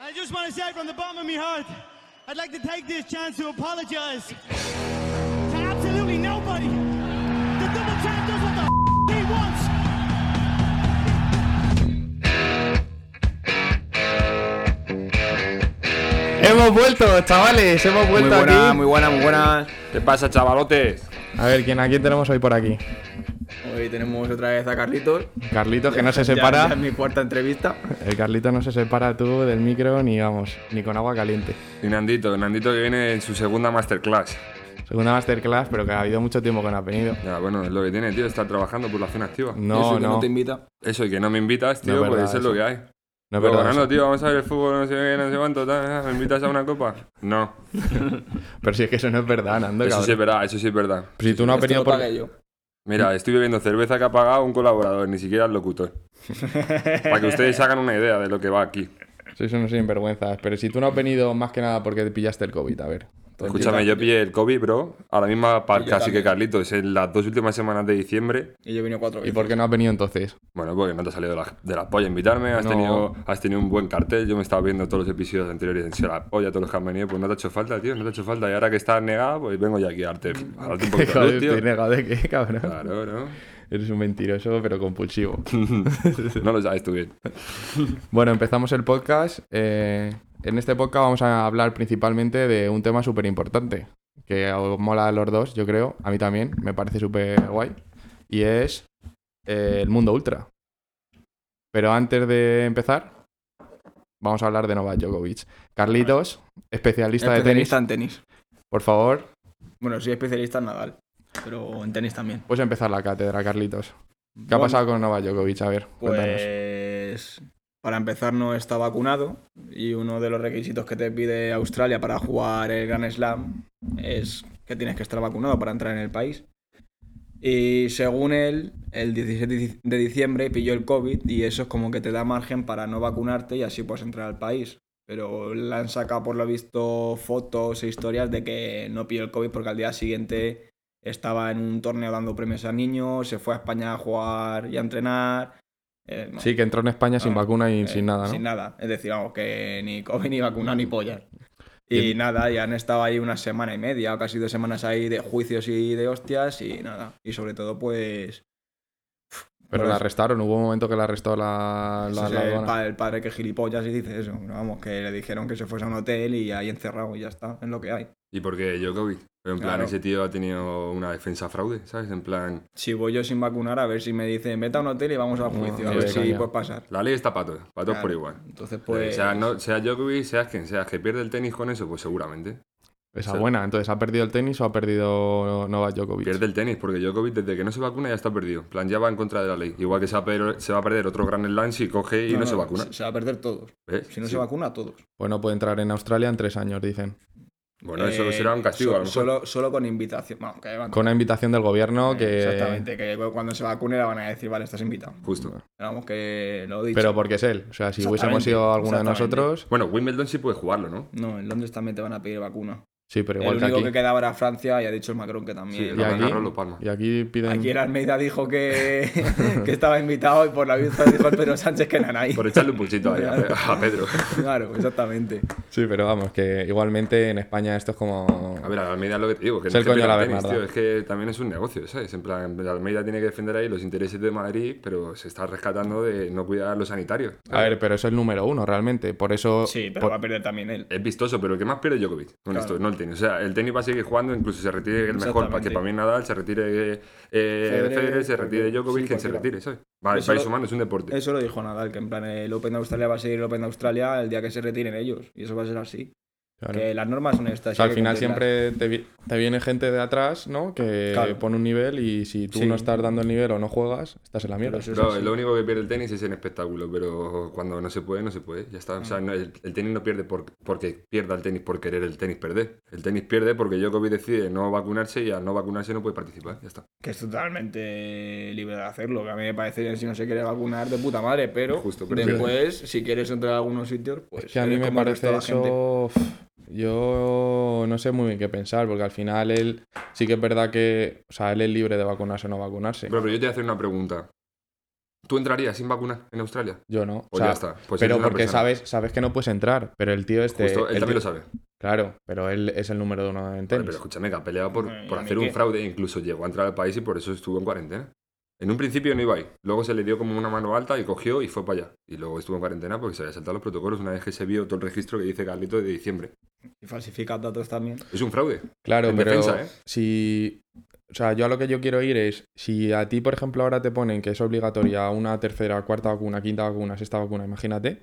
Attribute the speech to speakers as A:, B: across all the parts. A: I just want to say from the bottom of my heart, I'd like to take this chance to apologize to absolutely nobody. The double champ does what the f- he wants.
B: Hemos vuelto, chavales, hemos
C: Muy
B: vuelto
C: buena,
B: aquí.
C: muy buena, muy buena. ¿Qué pasa, chavalotes?
B: A ver, ¿quién, ¿a quién tenemos hoy por aquí?
C: Hoy tenemos otra vez a Carlitos.
B: Carlitos, que no se
C: Ya-
B: separa.
C: ya es mi cuarta entrevista.
B: El Carlitos no se separa tú del micro ni vamos, ni con agua caliente.
D: Y Nandito, Nandito que viene en su segunda masterclass.
B: Segunda masterclass, pero que ha habido mucho tiempo que no ha venido.
D: Ya, bueno, es lo que tiene, tío, está trabajando por la cena activa.
C: Eso
B: No,
C: que no.
B: no.
C: te invita.
D: Eso, y que no me invitas, tío,
B: Mm. No es
D: pues
B: verdad
D: eso es lo
B: eso.
D: que hay.
B: No es
D: Luego,
B: verdad.
D: Nando,
B: eso.
D: tío, vamos a ver el fútbol, no sé qué, no sé cuánto, tal, ¿me invitas a una copa? No,
B: Pero si es que eso no es verdad, Nando,
D: eso sí es
B: cabrón. Mm.
D: verdad, eso sí es verdad.
B: Pero si tú no has
C: Esto
B: venido
C: lo
B: por...
C: pagué yo.
D: Mira, estoy bebiendo cerveza que ha pagado un colaborador, ni siquiera el locutor. Para que ustedes se hagan una idea de lo que va aquí.
B: Sois unos sinvergüenzas. Pero si tú no has venido más que nada porque te pillaste el COVID, a ver.
D: Escúchame, yo pillé el COVID, bro, a la misma par
C: Y yo
D: casi que
C: también.
D: Carlitos, en las dos últimas semanas de diciembre.
C: Y yo vine cuatro
B: ¿Y
C: veces.
B: por qué no has venido entonces?
D: Bueno, porque no te ha salido de la, de la polla invitarme, has,
B: No.
D: tenido, has tenido un buen cartel, yo me estaba viendo todos los episodios anteriores en ser la polla, todos los que han venido, pues no te ha hecho falta, tío, no te ha hecho falta. Y ahora que estás negado, pues vengo yo aquí a darte, a darte un poquito de
B: Joder,
D: luz, tío.
B: estoy negado de qué, cabrón.
C: Ah.
D: Claro, ¿no?
B: Eres un mentiroso, pero compulsivo.
D: No lo sabes tú bien.
B: Bueno, empezamos el podcast. Eh, en este podcast vamos a hablar principalmente de un tema súper importante, que os mola a los dos, yo creo, a mí también, me parece súper guay, y es eh, el mundo ultra. Pero antes de empezar, vamos a hablar de Novak Djokovic. Carlitos, especialista de tenis,
C: Especialista en tenis.
B: por favor,
C: Bueno, soy especialista en Nadal. Pero en tenis también.
B: puedes empezar la cátedra, Carlitos. ¿Qué ha
C: Bueno,
B: pasado con Novak Djokovic? A ver, cuéntanos.
C: Pues para empezar no está vacunado y uno de los requisitos que te pide Australia para jugar el Grand Slam es que tienes que estar vacunado para entrar en el país. Y según él, el 17 de diciembre pilló el COVID y eso es como que te da margen para no vacunarte y así puedes entrar al país. Pero le han sacado por lo visto fotos e historias de que no pilló el COVID porque al día siguiente estaba en un torneo dando premios a niños, se fue a España a jugar y a entrenar. Eh, no,
B: Sí, que entró en España sin
C: Ah,
B: vacuna y
C: eh,
B: sin nada, ¿no?
C: Sin nada. Es decir, vamos, que ni COVID, ni vacuna, ni pollas. Y
B: Bien.
C: nada, y han estado ahí una semana y media, o casi dos semanas ahí de juicios y de hostias y nada. Y sobre todo, pues.
B: Pero
C: Por
B: la
C: eso.
B: arrestaron, hubo un momento que la arrestó la, la,
C: ese
B: la
C: es pues el,
B: aduana.
C: pa- el padre que gilipollas y dice eso. Pero vamos, que le dijeron que se fuese a un hotel y ahí encerrado y ya está, es lo que hay.
D: ¿Y por qué Djokovic? Pero en plan,
C: Claro.
D: ese tío ha tenido una defensa fraude, ¿sabes? En plan,
C: Si voy yo sin vacunar, a ver si me dicen, vete a un hotel y vamos al
B: No,
C: juicio, a
B: ni
C: ver
B: de
C: si
B: coña.
C: puedes pasar.
D: la ley está para todos, para todos por
C: Claro.
D: igual.
C: Entonces,
D: Pues...
C: pues.
D: sea, no, sea Djokovic, seas quien seas, que pierde el tenis con eso, pues seguramente.
B: Esa
D: Sí.
B: buena. Entonces, ¿ha perdido el tenis o ha perdido Novak Djokovic?
D: Pierde el tenis, porque Djokovic desde que no se vacuna ya está perdido. En plan, ya va en contra de la ley. Igual que se va a perder, se va a perder otro Grand Slam si coge y no, se vacuna.
C: Se, se va a perder todos.
D: ¿Ves?
C: Si no
D: Sí.
C: se vacuna, todos.
B: Pues no puede entrar en Australia en tres años, dicen.
D: Bueno, eso
C: Eh,
D: será un castigo,
C: so-
D: a lo mejor.
C: Solo, solo con invitación. Vamos, que van-
B: Con una invitación del gobierno que...
C: Eh, Exactamente, que cuando se vacune le van a decir, vale, estás invitado.
D: Justo.
C: Pero Vamos, que lo he dicho.
B: Pero porque es él. O sea, si hubiésemos
C: Exactamente,
B: sido alguno de
C: exactamente.
B: nosotros...
D: Bueno, Wimbledon sí puede jugarlo, ¿no?
C: No, en Londres también te van a pedir vacuna.
B: Sí, pero
C: El
B: igual que
C: único
B: aquí.
C: que quedaba era Francia y ha dicho el Macron que
D: Sí,
C: también.
D: lo
B: aquí?
D: gana Rolo Palma.
B: Y aquí piden...
C: Aquí el Almeida dijo que, que estaba invitado y por la vista dijo el Pedro Sánchez que nanay.
D: Por echarle un pulsito ahí a, Pe- a Pedro.
C: Claro, exactamente.
B: Sí, pero vamos, que igualmente en España esto es como...
D: A ver, a Almeida lo que te digo, que
B: Es
D: no
B: el
D: es que
B: coño de la
D: pierda el tenis,
B: Bernarda.
D: tío, es que también es un negocio, ¿sabes? En plan, Almeida tiene que defender ahí los intereses de Madrid, pero se está rescatando de no cuidar los sanitarios.
B: A ver, pero eso es el número uno, realmente. Por eso...
C: Sí, pero
B: por-
C: va a perder también él.
D: Es vistoso, pero ¿qué más pierde Djokovic con
C: Claro.
D: esto? No el tenis. O sea, el tenis va a seguir jugando, incluso se retire el mejor, para que
C: Exactamente.
D: para mí Nadal se retire eh, Federer, se retire
C: cualquier-
D: Djokovic,
C: sí,
D: quien se
C: cualquiera.
D: retire, ¿sabes? Vale,
C: Eso
D: vais
C: lo-
D: sumando, es un deporte.
C: Eso lo dijo Nadal, que en plan el Open de Australia va a seguir el Open de Australia el día que se retiren ellos. Y eso va a ser así.
B: claro.
C: Que las normas son estas.
B: O sea,
C: hay
B: al
C: que
B: final
C: cumplirlas.
B: siempre te, vi- te viene gente de atrás, ¿no? Que
C: Claro.
B: pone un nivel y si tú
C: Sí.
B: no estás dando el nivel o no juegas, estás en la mierda.
C: Pero eso es
D: Bro,
C: así.
D: lo único que pierde el tenis es en espectáculo, pero cuando no se puede, no se puede. Ya está. O
C: Mm.
D: sea, no, el, el tenis no pierde por, porque pierda el tenis por querer el tenis perder. El tenis pierde porque Djokovic decide no vacunarse y al no vacunarse no puede participar. Ya está.
C: Que es totalmente libre de hacerlo, que a mí me parece bien si no se quiere vacunar de puta madre, pero,
D: Justo, pero
C: después, si quieres entrar a algunos sitios, pues...
B: Es que a mí
C: eres
B: me
C: como el resto de
B: parece
C: la gente.
B: eso. uf, Yo no sé muy bien qué pensar, porque al final él sí que es verdad que. O sea, él es libre de vacunarse o no vacunarse.
D: Bro, pero yo te voy a hacer una pregunta. ¿Tú entrarías sin vacunar en Australia?
B: Yo no.
D: Pues ya está, pues
B: pero
D: eres una
B: porque
D: persona.
B: sabes, sabes que no puedes entrar, pero el tío este.
D: Justo,
B: el
D: él también
B: tío-
D: lo sabe.
B: Claro, pero él es el número uno en
D: Vale,
B: tenis.
D: pero escúchame, que ha peleado por,
C: Bueno, ¿y
D: por
C: a mí
D: hacer un
C: qué?
D: fraude. Incluso llegó a entrar al país y por eso estuvo en cuarentena. En un principio no iba ahí. Luego se le dio como una mano alta y cogió y fue para allá. Y luego estuvo en cuarentena porque se había saltado los protocolos una vez que se vio todo el registro que dice Carlito de diciembre.
C: Y falsificas datos también.
D: Es un fraude.
B: Claro,
D: En
B: pero
D: defensa, ¿eh?
B: si. O sea, yo a lo que yo quiero ir es, si a ti, por ejemplo, ahora te ponen que es obligatoria una tercera, cuarta vacuna, quinta vacuna, sexta vacuna, imagínate.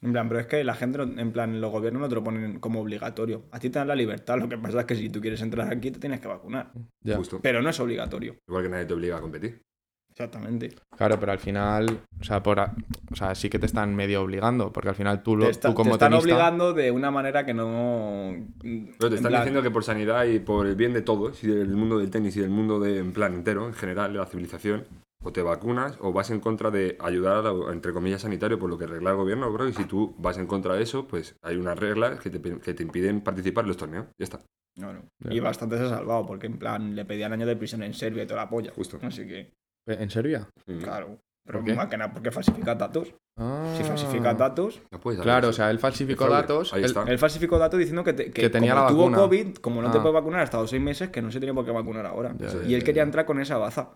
C: En plan, pero es que la gente, no- en plan, los gobiernos no te lo ponen como obligatorio. A ti te dan la libertad, lo que pasa es que si tú quieres entrar aquí te tienes que vacunar.
B: Ya.
D: Justo.
C: Pero no es obligatorio.
D: Igual que nadie te obliga a competir.
C: Exactamente.
B: Claro, pero al final, o sea, por a- o sea, sí que te están medio obligando, porque al final tú, lo,
C: Te, está-
B: tú
C: te
B: como
C: están
B: tenista-
C: obligando de una manera que no.
D: Pero te
C: en
D: están
C: plan,
D: diciendo que por sanidad y por el bien de todos, y del mundo del tenis y del mundo de, en plan entero, en general, de la civilización, o te vacunas o vas en contra de ayudar a la- entre comillas, sanitario por lo que regla el gobierno, bro. Y si tú vas en contra de eso, pues hay unas reglas que te, pi- que te impiden participar en los torneos. Ya está.
C: no, no.
B: Ya.
C: Y bastante se ha salvado, porque en plan le pedían años de prisión en Serbia y toda la polla.
D: Justo.
C: Así que,
B: ¿Eh, ¿En Serbia?
C: claro. Pero
B: ¿Por qué?
C: más que nada porque falsificas datos.
B: Ah.
C: Si falsificas datos,
D: No puedes hacer
B: Claro, o
D: eso.
B: sea, él
D: Es
B: falsificó
D: fraude.
B: datos.
D: Ahí
B: él-
D: está.
C: Él falsificó datos diciendo que, te-
B: Que tenía
C: como
B: la
C: tuvo
B: vacuna.
C: COVID, como no te
B: Ah.
C: puede vacunar hasta los seis meses, que no se tenía por qué vacunar ahora.
B: Ya,
D: Sí.
B: ya,
C: y
B: ya,
C: él
B: ya.
C: quería entrar con esa baza.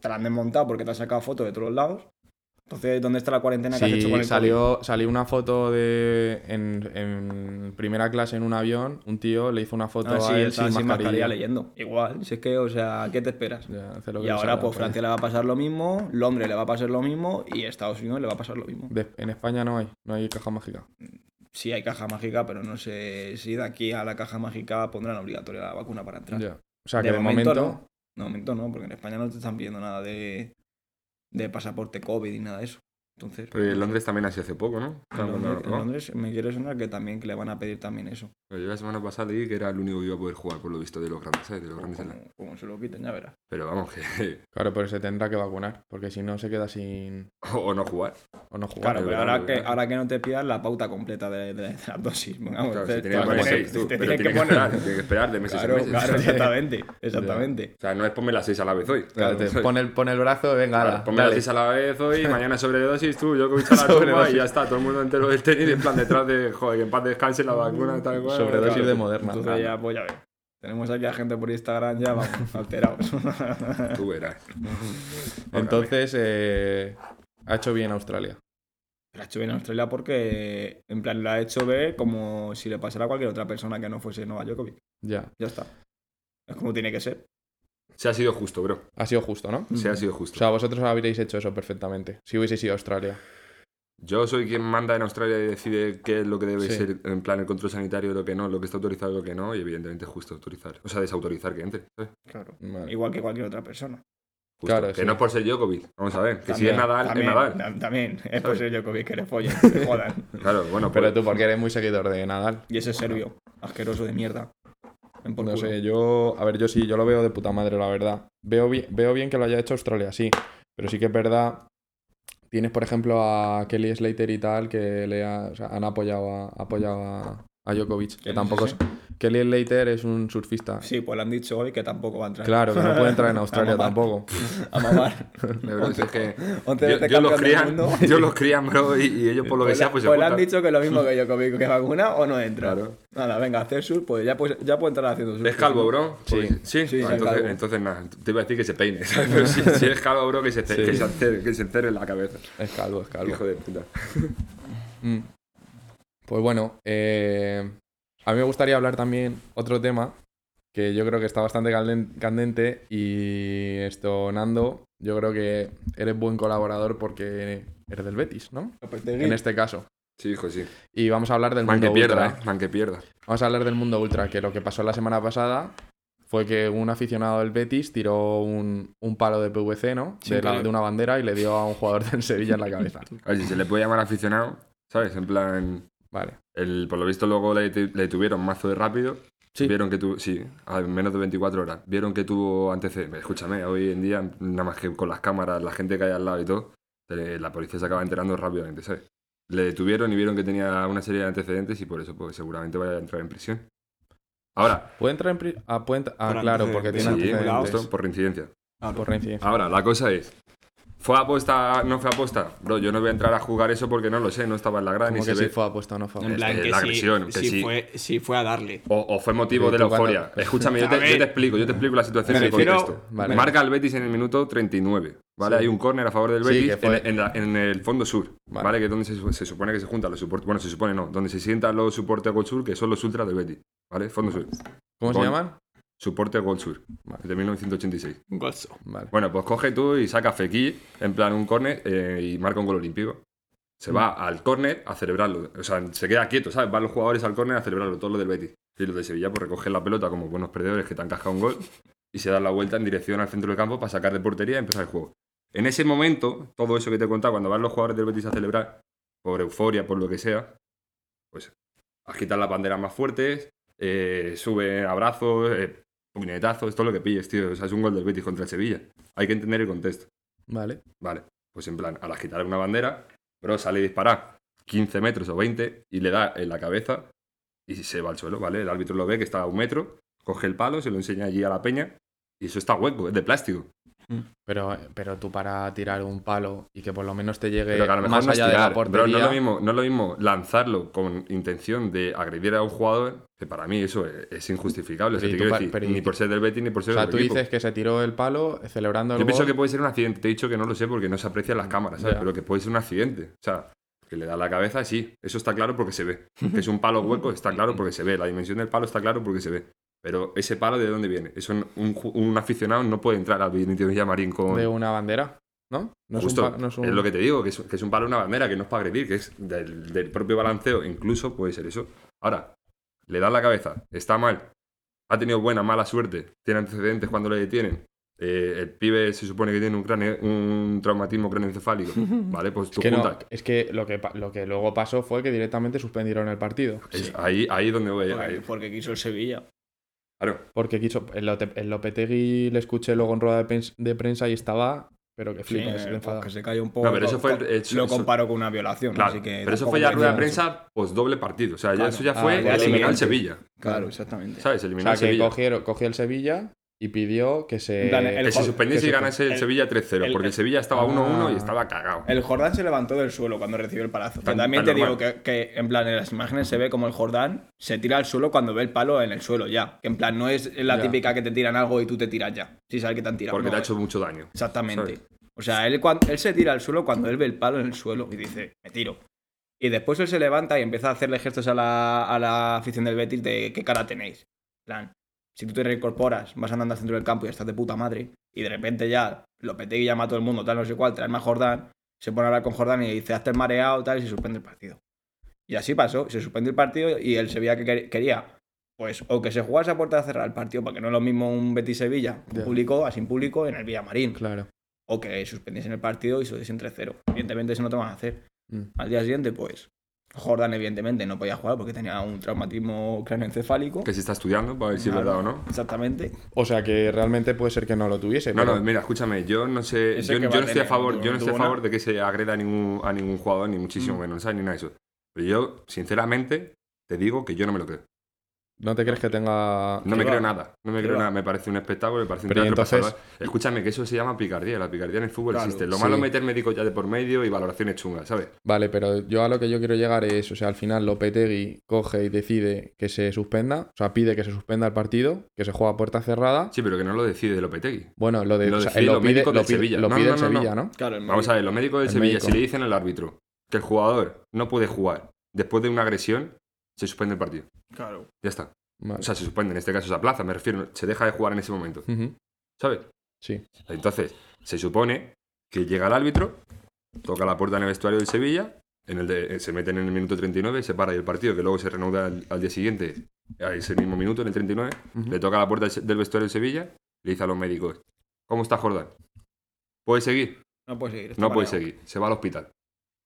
C: Te la han desmontado porque te han sacado fotos de todos lados. Entonces, ¿dónde está la cuarentena que has hecho con
B: Sí,
C: el
B: salió, salió una foto de en, en primera clase en un avión, un tío le hizo una
C: COVID?
B: foto
C: Ah, sí,
B: a él
C: estaba
B: sin
C: sin
B: mascarilla.
C: mascarilla leyendo. Igual, si es que, o sea, ¿qué te esperas?
B: Ya, hace lo que
C: Y
B: le
C: ahora,
B: salga,
C: pues, Francia le va a pasar lo mismo, Londres le va a pasar lo mismo y Estados Unidos le va a pasar lo mismo.
B: De- en España no hay, no hay caja mágica.
C: Sí, hay caja mágica, pero no sé si de aquí a la caja mágica pondrán obligatoria la vacuna para entrar.
B: Ya. O sea, que de momento,
C: no. De momento no, porque en España no te están pidiendo nada de, de pasaporte COVID y nada de eso. Entonces,
D: Pero en Londres también así hace poco, ¿no?
C: en
D: Claro,
C: Londres-
D: cuando-
C: en
D: ¿no?
C: Londres me quiere sonar que también que le van a pedir también eso.
D: Pero yo la semana pasada leí que era el único que iba a poder jugar, por lo visto, de los grandes, ¿sabes? De los
C: Como,
D: grandes. en la-
C: como se lo quiten, ya verás.
D: Pero vamos, que...
B: claro, pero se tendrá que vacunar, porque si no se queda sin
D: o no jugar.
C: Pues
B: o no jugar.
C: Claro,
D: es
C: pero
D: verdad,
C: ahora
D: es
C: que,
D: verdad.
C: ahora que no te pidas la pauta completa de, de- de las dosis, vamos,
D: Claro,
C: te,
D: se
C: te
D: tiene que
B: vas a
D: poner
B: poner-
D: seis, tú,
C: te
D: pero
C: tienes que
D: tiene que
C: poner-
D: esperar, tiene que esperar de meses a
C: Claro,
D: meses.
C: claro, exactamente, exactamente.
D: O sea, no es ponme las seis a la vez hoy.
B: Claro, te
D: Claro,
B: pone, el, pone el brazo, venga, ala,
D: ponme las
B: dale.
D: seis a la vez hoy, mañana sobredosis, tú, yo que a la tumba
B: Sobredosis.
D: y ya está, todo el mundo entero del tenis en plan detrás de, joder, que en paz descanse la vacuna, tal cual.
B: Sobredosis
D: Claro.
B: de moderna.
C: Entonces ya, pues ya ves. Tenemos aquí a gente por Instagram ya, vamos, alterados.
D: Tú verás.
B: Entonces, eh, ha hecho bien Australia.
C: La ha hecho bien en Australia porque, en plan, la ha hecho ver como si le pasara a cualquier otra persona que no fuese Novak Djokovic.
B: Ya.
C: Ya está. Es como tiene que ser.
D: Se ha sido justo, bro.
B: Ha sido justo, ¿no?
D: Se ha sido
B: O
D: justo.
B: sea, vosotros habríais hecho eso perfectamente, si hubieseis ido a Australia.
D: Yo soy quien manda en Australia y decide qué es lo que debe
B: Sí.
D: ser, en plan, el control sanitario, lo que no, lo que está autorizado, lo que no, y evidentemente es justo autorizar. O sea, desautorizar que entre. ¿sabes?
C: Claro.
B: Vale.
C: Igual que cualquier otra persona.
D: Justo.
B: Claro,
D: que
B: sí.
D: no es por ser Djokovic. Vamos a ver, que si
C: También,
D: es Nadal,
C: también,
D: es Nadal.
C: tam- También. Es por ser Djokovic que le follen, que le jodan.
D: Claro, bueno,
B: Pero
D: pues,
B: tú, porque eres muy seguidor de Nadal.
C: Y ese serbio, asqueroso de mierda. Ven por
B: No
C: culo.
B: sé, yo. A ver, yo sí, yo lo veo de puta madre, la verdad. Veo, bi- veo bien que lo haya hecho Australia, sí. Pero sí que es verdad. Tienes, por ejemplo, a Kelly Slater y tal, que le ha- o sea, han apoyado a, apoyado a, a Djokovic. Que
C: ¿Quién es
B: tampoco
C: ese?
B: es- Kelly Slater es un surfista.
C: Sí, pues le han dicho hoy que tampoco va a entrar.
B: Claro, que no puede entrar en Australia
C: A mamar.
B: tampoco.
C: A mamar.
D: pero es que
C: Once
D: yo,
C: veces
D: yo
C: campeón
D: los
C: del
D: crían,
C: mundo.
D: yo los crían, bro, y, y ellos por lo que
C: Pues
D: sea,
C: le-
D: pues,
C: pues
D: se
C: le han
D: juntan.
C: dicho que lo mismo que Djokovic, que vacuna o no entra.
D: Claro.
C: Nada, venga, hacer sur, pues ya, puede- ya puede entrar haciendo sur.
D: Es calvo, bro.
B: Sí.
D: Pues- sí,
C: Sí,
D: Ah,
C: sí,
D: entonces,
C: calvo.
D: entonces nada, te iba a decir que se peine. ¿sabes? Pero si, si es calvo, bro, que se, ce-
B: Sí.
D: que se encere- que se encere en la cabeza.
B: Es calvo, es calvo.
D: Hijo de puta.
B: Mm. Pues bueno, eh, a mí me gustaría hablar también otro tema que yo creo que está bastante calden- candente y esto, Nando, yo creo que eres buen colaborador porque eres del Betis, ¿no? En este caso.
D: Sí, hijo, sí.
B: Y vamos a hablar del
D: Man que
B: mundo
D: pierda,
B: ultra.
D: eh. Man que pierda.
B: Vamos a hablar del mundo ultra, que lo que pasó la semana pasada fue que un aficionado del Betis tiró un, un palo de PVC, ¿no?
C: Sin
B: de, la-
C: querer.
B: de una bandera y le dio a un jugador del Sevilla en la cabeza.
D: A ver si se le puede llamar aficionado, ¿sabes? En plan,
B: Vale.
D: el, por lo visto luego le, tu- le tuvieron mazo de rápido.
B: Sí.
D: Vieron que tuvo, sí, a menos de 24 horas. Vieron que tuvo antecedentes. Escúchame, hoy en día, nada más que con las cámaras, la gente que hay al lado y todo, eh, la policía se acaba enterando rápidamente, ¿sabes? Le detuvieron y vieron que tenía una serie de antecedentes y por eso pues, seguramente vaya a entrar en prisión. Ahora,
B: ¿Puede entrar en... pri- Ah, puede entr- ah,
C: Por
B: claro, porque
D: sí,
B: tiene
C: antecedentes.
D: justo,
B: antecedentes.
D: por reincidencia.
B: Por reincidencia.
D: Ahora, la cosa es, ¿Fue apuesta? ¿No fue apuesta? Bro, yo no voy a entrar a jugar eso porque no lo sé, no estaba en la gran y
B: Como
D: se
B: que si
D: ve.
B: fue apuesta o no fue
D: En
B: apuesta.
D: plan, que Este, la agresión, que sí.
C: Fue, sí fue a darle.
D: O, o fue motivo
B: Pero
D: de la
B: tú cuando-
D: euforia. Escúchame, yo
C: A
D: te,
C: ver.
D: yo te explico, yo te explico la situación
C: Me
D: en el
C: refiero-
D: contexto.
B: Vale.
D: Marca el Betis en el minuto 39. ¿Vale? Hay un córner a favor del
B: Sí,
D: Betis
B: que fue-
D: en, en la- en el fondo sur.
B: Vale.
D: Vale. Que es donde se, se supone que se juntan los soportes. Bueno, se supone no. Donde se sientan los soportes a Gol Sur, que son los ultras del Betis. ¿Vale? Fondo sur.
B: ¿Cómo se
D: Gol.
B: llaman?
D: Soporte a Gol Sur. De 1986.
C: Un golzo.
B: Vale.
D: Bueno, pues coge tú y saca Fekir, en plan un córner, eh, y marca un gol olímpico. Se va al córner a celebrarlo. O sea, se queda quieto, ¿sabes? Van los jugadores al córner a celebrarlo, todo lo del Betis. Y los de Sevilla pues recogen la pelota como buenos perdedores que te han cascado un gol y se dan la vuelta en dirección al centro del campo para sacar de portería y empezar el juego. En ese momento, todo eso que te he contado, cuando van los jugadores del Betis a celebrar, por euforia, por lo que sea, pues agitan las banderas más fuertes, eh, suben abrazos, eh, puñetazos, todo lo que pilles, tío. O sea, es un gol del Betis contra el Sevilla hay que entender el contexto.
B: Vale.
D: Vale, pues en plan, al agitar una bandera, bro sale y dispara 15 metros o 20 y le da en la cabeza y se va al suelo, ¿vale? El árbitro lo ve que está a un metro, coge el palo, se lo enseña allí a la peña y eso está hueco, es de plástico.
B: Pero, pero tú para tirar un palo y que por lo menos te llegue
D: Pero que a lo mejor
B: más
D: no es
B: allá de
D: tirar,
B: la
D: bro, no, es
B: portería.
D: lo mismo, no es lo mismo lanzarlo con intención de agredir a un jugador, que para mí eso es, es injustificable. O sea,
B: Pero y
D: te
B: tú
D: quiero
B: pa-
D: decir,
B: pero y-
D: ni por ser del Betis ni por
B: o
D: ser
B: sea,
D: del
B: tú
D: equipo.
B: dices que se tiró el palo celebrando el
D: Yo pienso
B: gol.
D: que puede ser un accidente. Te he dicho que no lo sé porque no se aprecian las cámaras, ¿sabes?
B: Ya.
D: Pero que puede ser un accidente. O sea, que le da la cabeza, sí. Eso está claro porque se ve. Que es un palo hueco, está claro porque se ve. La dimensión del palo está claro porque se ve. Pero ese palo, ¿de dónde viene? Eso no- un, ju- un aficionado no puede entrar al Benito Villa Marín con.
B: de una bandera, ¿no? No es un
D: Justo,
B: pa- no es un-
D: lo que te digo, que es, que es un palo una bandera, que no es para agredir, que es del, del propio balanceo, incluso puede ser eso. Ahora, le da la cabeza, está mal, ha tenido buena, mala suerte, tiene antecedentes cuando le detienen. eh, el pibe se supone que tiene un, cráneo, un traumatismo craneoencefálico, ¿vale? Pues tú
B: que no,
D: juntas.
B: es que lo que pa- lo que luego pasó fue que directamente suspendieron el partido.
D: Es ahí, ahí donde voy.
C: Porque,
D: ahí.
C: Pues, porque quiso el Sevilla.
D: Claro,
B: Porque quiso. El, Lote- el Lopetegui le escuché luego en rueda de, pens- de prensa y estaba. Pero que flipas,
C: Sí,
B: le enfada.
C: pues que se cayó un poco.
D: No, pero eso fue el-
C: Co-
D: eso-
C: lo
D: eso-
C: comparó con una violación.
D: claro.
C: así que
D: Pero eso
C: tampoco
D: fue ya
C: me
D: rueda de
C: digas.
D: prensa, pues doble partido. O sea, ya
C: Claro.
D: eso ya
B: Ah,
D: fue
B: ya
D: eliminar
C: eliminante.
D: al Sevilla.
C: Claro, exactamente.
D: ¿Sabes?
B: O
D: Eliminar
B: sea,
D: al
B: que
D: Sevilla.
B: cogió, cogió el Sevilla y pidió que se.
C: En plan, el
D: Que se
C: Jorge-
D: suspendiese
B: que
D: y
B: se-
D: ganase el,
C: el-
D: Sevilla 3-0,
C: el-
D: porque el
C: el-
D: Sevilla estaba 1-1
B: Ah.
D: y estaba cagado.
C: El Jordán se levantó del suelo cuando recibió el palazo. Que
D: Tan-
C: también
D: tan
C: te digo
D: normal.
C: que, que, en plan, en las imágenes se ve como el Jordán se tira al suelo cuando ve el palo en el suelo ya. Que en plan, no es la
B: Ya.
C: típica que te tiran algo y tú te tiras ya. Si sabes que te han tirado.
D: porque
C: no,
D: te ha
C: eh.
D: hecho mucho daño.
C: Exactamente.
D: ¿Sabes?
C: O sea, él, cuan- él se tira al suelo cuando él ve el palo en el suelo y dice, me tiro. Y después él se levanta y empieza a hacerle gestos a la, a la afición del Betis de qué cara tenéis. En plan, si tú te reincorporas, vas andando al centro del campo y estás de puta madre, y de repente ya Lopetegui llama a todo el mundo, tal, no sé cuál, trae a Jordán, se pone a hablar con Jordán y dice, hazte el mareado, tal, y se suspende el partido. Y así pasó, se suspendió el partido y él se veía que quer- quería, pues, o que se jugase a puerta cerrada el partido, porque no es lo mismo un Betis-Sevilla, con
B: Ya.
C: público, a sin público, en el Villamarín
B: Claro.
C: o que suspendiesen el partido y subiesen 3-0. Evidentemente eso no te van a hacer.
B: Mm.
C: Al día siguiente, pues, Jordan evidentemente no podía jugar porque tenía un traumatismo craneoencefálico.
D: Que se está estudiando para ver si es
C: Claro.
D: verdad o no.
C: Exactamente.
B: O sea, que realmente puede ser que no lo tuviese.
D: No,
B: pero-
D: no, mira, escúchame, yo no sé,
C: Ese
D: yo,
C: que va
D: yo
C: a
D: no estoy
C: tener,
D: a favor, yo no
C: tuvo
D: estoy a
C: una-
D: favor de que se agreda a ningún, a ningún jugador, ni muchísimo
C: Mm.
D: menos, ¿sabes? Ni nada de eso. Pero yo, sinceramente, te digo que yo no me lo creo.
B: ¿No te crees que tenga.
D: No me
C: va?
D: creo nada, no me
C: ¿Qué
D: creo
C: va?
D: nada, me parece un espectáculo, me parece un
B: Pero, ¿y
D: teatro
B: entonces?
D: pasado. Escúchame, que eso se llama picardía, la picardía en el fútbol
C: Claro,
D: existe. Lo
B: sí.
D: malo es meter médicos ya de por medio y valoraciones chungas, ¿sabes?
B: Vale, pero yo a lo que yo quiero llegar es, o sea, al final Lopetegui coge y decide que se suspenda, o sea, pide que se suspenda el partido, que se juega a puerta cerrada.
D: Sí, pero que no lo decide Lopetegui.
B: Bueno, lo de
D: Lo
B: o sea,
D: decide
B: lo
D: los
B: pide,
D: médicos
B: lo
D: del
B: pide-
D: Sevilla.
B: lo
D: No,
B: pide
D: no,
B: el
D: no, no.
B: Sevilla, ¿no?
C: Claro, el
D: Vamos a ver, los médicos del
B: El
D: Sevilla,
B: médico.
D: si le dicen al árbitro que el jugador no puede jugar después de una agresión, se suspende el partido.
C: Claro.
D: Ya está.
B: Vale.
D: O sea, se suspende, en este caso se aplaza, me refiero, se deja de jugar en ese momento.
B: Ujú,
D: ¿Sabes?
B: Sí.
D: Entonces, se supone que llega el árbitro, toca la puerta en el vestuario del Sevilla, en el de- eh, se meten en el minuto 39, se para ahí el partido, que luego se reanuda al, al día siguiente, a ese mismo minuto, en el 39,
B: Ujú.
D: le toca la puerta del Se- del vestuario del Sevilla, le dice a los médicos, ¿cómo está Jordán? ¿Puede seguir?
C: No puede seguir. está
D: No puede
C: mareado.
D: seguir. Se va al hospital.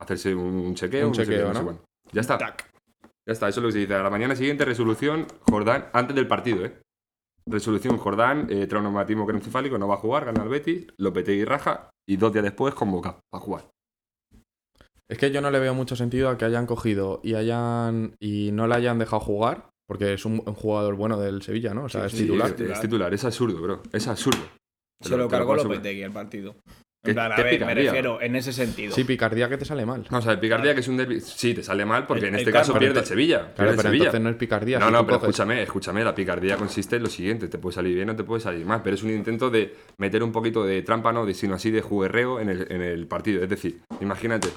D: A Hacerse un, un chequeo.
B: Un
D: no sé qué,
B: chequeo,
D: no sé
B: ¿no?
D: cuánto. Ya está.
C: Tac.
D: Ya está. Eso es lo que se dice. A la mañana siguiente, resolución, Jordán, antes del partido, ¿eh? Resolución, Jordán, eh, traumatismo craneoencefálico, no va a jugar, gana el Betis, Lopetegui raja y dos días después convoca a jugar.
B: Es que yo no le veo mucho sentido a que hayan cogido y hayan y no le hayan dejado jugar, porque es un, un jugador bueno del Sevilla, ¿no? O sea,
C: Sí,
B: es
C: sí,
B: titular.
D: es, es titular. Es absurdo, bro. Es absurdo. Te
C: Se lo
D: te
C: cargó
D: puedo asegurar.
C: Lopetegui el partido.
D: ¿Qué-
C: En plan, a
D: qué
C: ver, me
D: picardía?
C: refiero en ese sentido.
B: Sí, picardía que te sale mal.
D: No, o sea, el Picardía, que es un derbi, sí, te sale mal porque
C: El-
D: en
C: el
D: este caso
C: campo.
D: pierde el Sevilla. pierde
B: Claro,
D: el
B: pero
D: Sevilla.
B: entonces no es picardía.
D: No,
B: si
D: no,
B: tú
D: pero
B: coges-
D: escúchame, escúchame, la picardía consiste en lo siguiente, te puede salir bien o te puede salir mal, pero es un intento de meter un poquito de trampa, no, de- sino así de juguerreo en el, en el partido. Es decir, imagínate,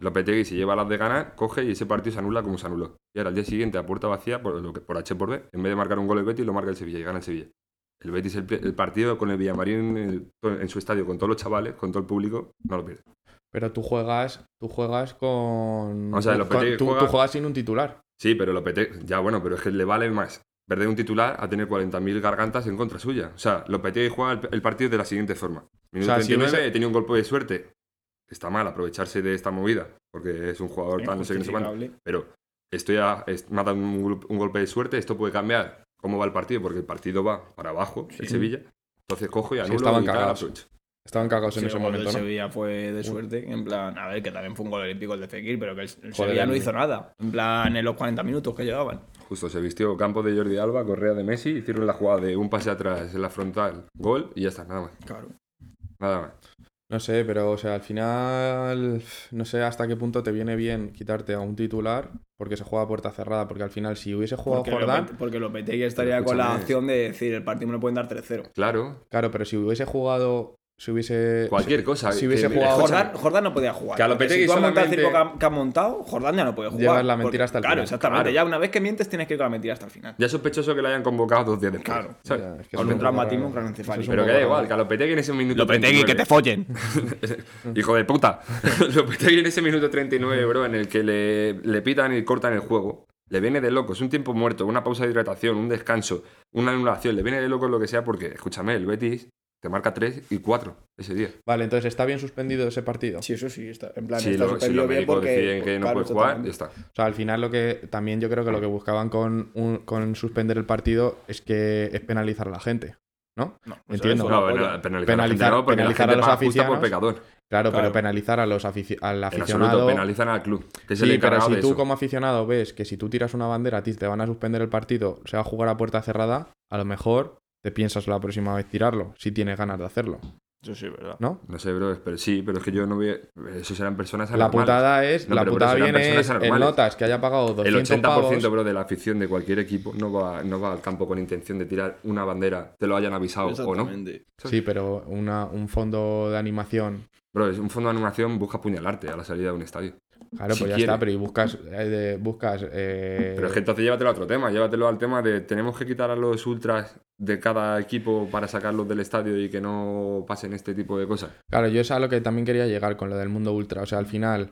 D: Lopetegui si lleva las de ganar, coge y ese partido se anula como se anuló. Y ahora al día siguiente a puerta vacía, por, lo que, por H por B, en vez de marcar un gol el Betis, lo marca el Sevilla y gana el Sevilla. El Betis el, el partido con el Villamarín en, el- en su estadio, con todos los chavales, con todo el público, no lo pierde.
B: Pero tú juegas, tú juegas con.
D: O sea,
B: con-
D: Lopetegui
B: tú,
D: juega-
B: tú juegas sin un titular.
D: Sí, pero Lopetegui, ya bueno, pero es que le vale más perder un titular a tener 40.000 gargantas en contra suya. O sea, Lopetegui juega el, el partido de la siguiente forma. Minuto
B: O sea, si
D: 39,
B: hubiese-
D: he tenido un golpe de suerte. Está mal aprovecharse de esta movida, porque es un jugador tan no sé qué, no sé cuánto.
C: Injustificable.
D: Pero estoy a, es- me ha dado un, gol- un golpe de suerte, esto puede cambiar cómo va el partido, porque el partido va para abajo, el Sevilla. Entonces cojo y anulo
B: estaban
D: y tal,
B: cagados.
D: aprovecho.
B: Estaban cagados
C: Sí,
B: en
C: el
B: ese
C: gol del
B: momento, ¿no?
C: Sevilla fue de suerte. En plan, a ver, que también fue un gol olímpico el de Fekir, pero que el, el
B: Joder,
C: Sevilla no
B: el-
C: hizo nada. En plan, en los 40 minutos que llevaban.
D: Justo, se vistió campo de Jordi Alba, Correa de Messi, hicieron la jugada de un pase atrás en la frontal, gol y ya está, nada más.
C: Claro.
D: Nada más.
B: No sé, pero o sea, al final no sé hasta qué punto te viene bien quitarte a un titular porque se juega a puerta cerrada, porque al final si hubiese jugado
C: Porque,
B: Jordán,
C: Lopete- porque Lopetegui estaría con la
D: Escúchame.
C: opción de decir, el partido me lo pueden dar 3-0.
D: Claro,
B: claro, pero si hubiese jugado, si hubiese
D: cualquier cosa.
B: si
D: que-
B: hubiese
D: que-
B: jugado-
D: Jordan-
C: Jordán, Jordán no podía jugar.
D: Que a
C: Porque
D: Lopetegui
C: si tú has montado el circo que,
D: solamente-
C: ha- que ha montado, Jordán ya no puede jugar.
B: Llevas la mentira hasta el
C: claro,
B: final.
C: exactamente.
D: Claro.
C: Ya una vez que mientes, tienes que ir con la mentira hasta el final.
D: Ya es sospechoso que le hayan convocado dos días después.
C: Claro.
D: ¿sabes?
B: Ya, es que
C: Con
B: es
C: un
B: poco
C: traumatismo
B: raro.
C: craneoencefálico.
B: Eso es un
D: Pero
B: poco
D: que da
B: raro.
D: igual, que a Lopetegui en ese minuto.
C: follen.
D: 39 eh, Hijo de puta. Lopetegui en ese minuto 39, bro, en el que le, le pitan y cortan el juego. Le viene de locos, un tiempo muerto, una pausa de hidratación, un descanso, una anulación. Le viene de locos lo que sea porque, escúchame, el Betis te marca 3 y 4 ese día.
B: Vale, entonces está bien suspendido ese partido.
C: Sí, eso sí, está. En plan,
D: si
C: está
D: lo- si
C: suspendido
D: los
C: bien
D: médicos
C: porque.
D: deciden que no
C: claro,
D: puede jugar,
C: totalmente.
D: ya está.
B: O sea, al final lo que también yo creo que lo que buscaban con un- con suspender el partido es que es penalizar a la gente, ¿no?
C: No, eso
B: Entiendo.
C: es una
D: No, no,
C: polla.
D: penalizar, a la gente
B: Penalizar-
D: no, porque la
B: penalizar a
D: gente
B: los
D: paga justa por
B: aficionados.
D: pecador.
B: Claro, pero
C: Claro.
B: penalizar a los afici- al
D: En absoluto,
B: aficionado
D: penalizan al club, que es el
B: Sí, pero
D: encargado
B: si
D: de
B: tú
D: eso.
B: como aficionado ves que si tú tiras una bandera a ti te van a suspender el partido, se va a jugar a puerta cerrada, a lo mejor te piensas la próxima vez tirarlo, si tienes ganas de hacerlo,
C: Eso sí, verdad.
B: ¿no?
D: No sé, bro, pero sí, pero es que yo no veo. Eso serán personas
B: La
D: anormales.
B: putada es,
D: No,
B: la
D: pero por
B: putada
D: eso eran
B: viene
D: personas
B: es en
D: anormales.
B: notas que haya pagado 200
D: El 80%
B: pavos.
D: bro, de la afición de cualquier equipo no va, no va al campo con intención de tirar una bandera, te lo hayan avisado o no.
C: Exactamente.
B: Sí, pero una- un fondo de animación.
D: Bro, es un fondo de animación, busca apuñalarte a la salida de un estadio.
B: Claro,
D: Si
B: pues ya
D: quiere.
B: está, pero y buscas, eh, de- buscas eh,
D: Pero es que entonces llévatelo a otro tema, llévatelo al tema de tenemos que quitar a los ultras de cada equipo para sacarlos del estadio y que no pasen este tipo de cosas.
B: Claro, yo es a lo que también quería llegar con lo del mundo ultra. O sea, al final,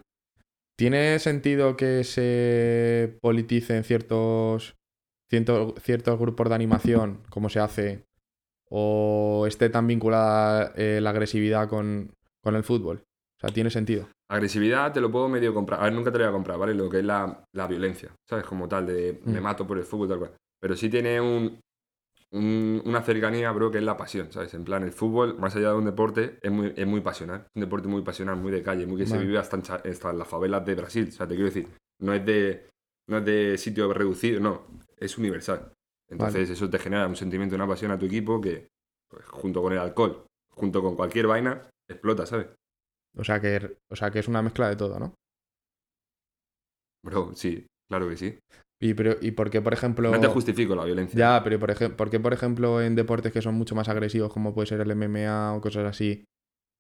B: ¿tiene sentido que se politicen ciertos, ciento- ciertos grupos de animación, como se hace, o esté tan vinculada eh, la agresividad con, con el fútbol? O sea, tiene sentido.
D: Agresividad te lo puedo medio comprar. A ver, nunca te lo voy a comprar, ¿vale? Lo que es la, la violencia, ¿sabes? Como tal, de me
B: Mm.
D: mato por el fútbol, tal cual. Pero sí tiene un, un- una cercanía, bro, que es la pasión, ¿sabes? En plan, el fútbol, más allá de un deporte, es muy, es muy pasional. Un deporte muy pasional, muy de calle, muy que se
B: Vale.
D: vive hasta en, cha- hasta en las favelas de Brasil. O sea, te quiero decir, no es de, no es de sitio reducido, no. Es universal. Entonces, eso te genera un sentimiento, una pasión a tu equipo que, pues, junto con el alcohol, junto con cualquier vaina, explota, ¿sabes?
B: O sea, que, o sea, que es una mezcla de todo, ¿no?
D: Bro, sí, claro que sí.
B: Y, pero, y porque, por ejemplo...
D: No te justifico la violencia.
B: Ya, pero por ejemplo, porque por ejemplo en deportes que son mucho más agresivos, como puede ser el MMA o cosas así,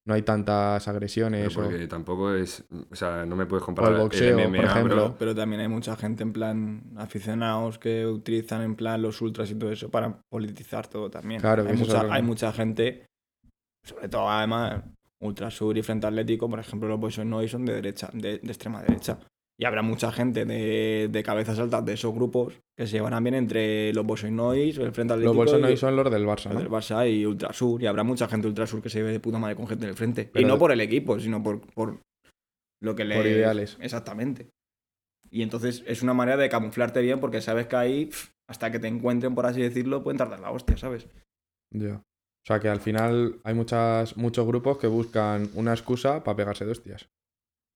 B: no hay tantas
D: pero
B: agresiones? o-
D: porque tampoco es. O sea, no me puedes
B: o
D: comparar
B: el boxeo,
D: MMA,
B: por ejemplo.
D: bro.
C: Pero también hay mucha gente en plan aficionados que utilizan en plan los ultras y todo eso para politizar todo también.
B: Claro, que
C: hay
B: eso es
C: mucha,
B: algo-
C: hay mucha gente, sobre todo además ultrasur y frente atlético, por ejemplo, los boys no son de derecha, de, de extrema derecha. Y habrá mucha gente de, de cabezas altas de esos grupos que se llevarán bien entre los Boys Nois, el Frente Atlético
B: Los Bolsonaro
C: y-
B: son los del Barça,
C: el del
B: ¿no?
C: Barça y Ultrasur. Y habrá mucha gente Ultrasur que se ve de puta madre con gente en el frente.
B: Pero-
C: y no por el equipo, sino por, por lo que le.
B: Por ideales.
C: Exactamente. Y entonces es una manera de camuflarte bien porque sabes que ahí, pf, hasta que te encuentren, por así decirlo, pueden tardar la hostia, ¿sabes?
B: Ya. O sea que al final hay muchas, muchos grupos que buscan una excusa para pegarse de hostias.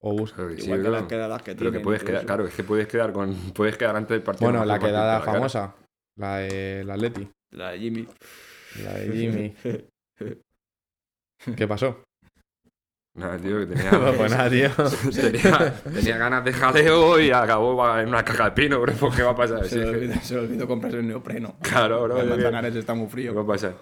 B: O buscan.
D: Claro que sí,
C: Igual que
D: bro.
C: las quedadas que
D: Pero que
C: tienen pues, y
D: puedes
C: todo
D: quedar,
C: eso.
D: claro, es que puedes quedar con. Puedes quedar antes del partido.
B: Bueno,
D: más
B: la
D: fácil
B: quedada
D: para la cara.
B: famosa, la del Atleti,
C: La de Jimmy.
B: la de Jimmy. ¿Qué pasó?
D: Nada, tío, que tenía,
B: Pues nada, tío.
D: tenía, tenía ganas de jaleo y acabó va- en una caja de pino, bro. ¿Qué va a pasar?
C: Se
D: Sí,
C: le
D: que-
C: olvidó, se le olvidó comprarse el neopreno.
D: claro, bro.
C: el
D: yo que-
C: Manzanares está muy
D: ¿Qué
C: frío.
D: va a pasar?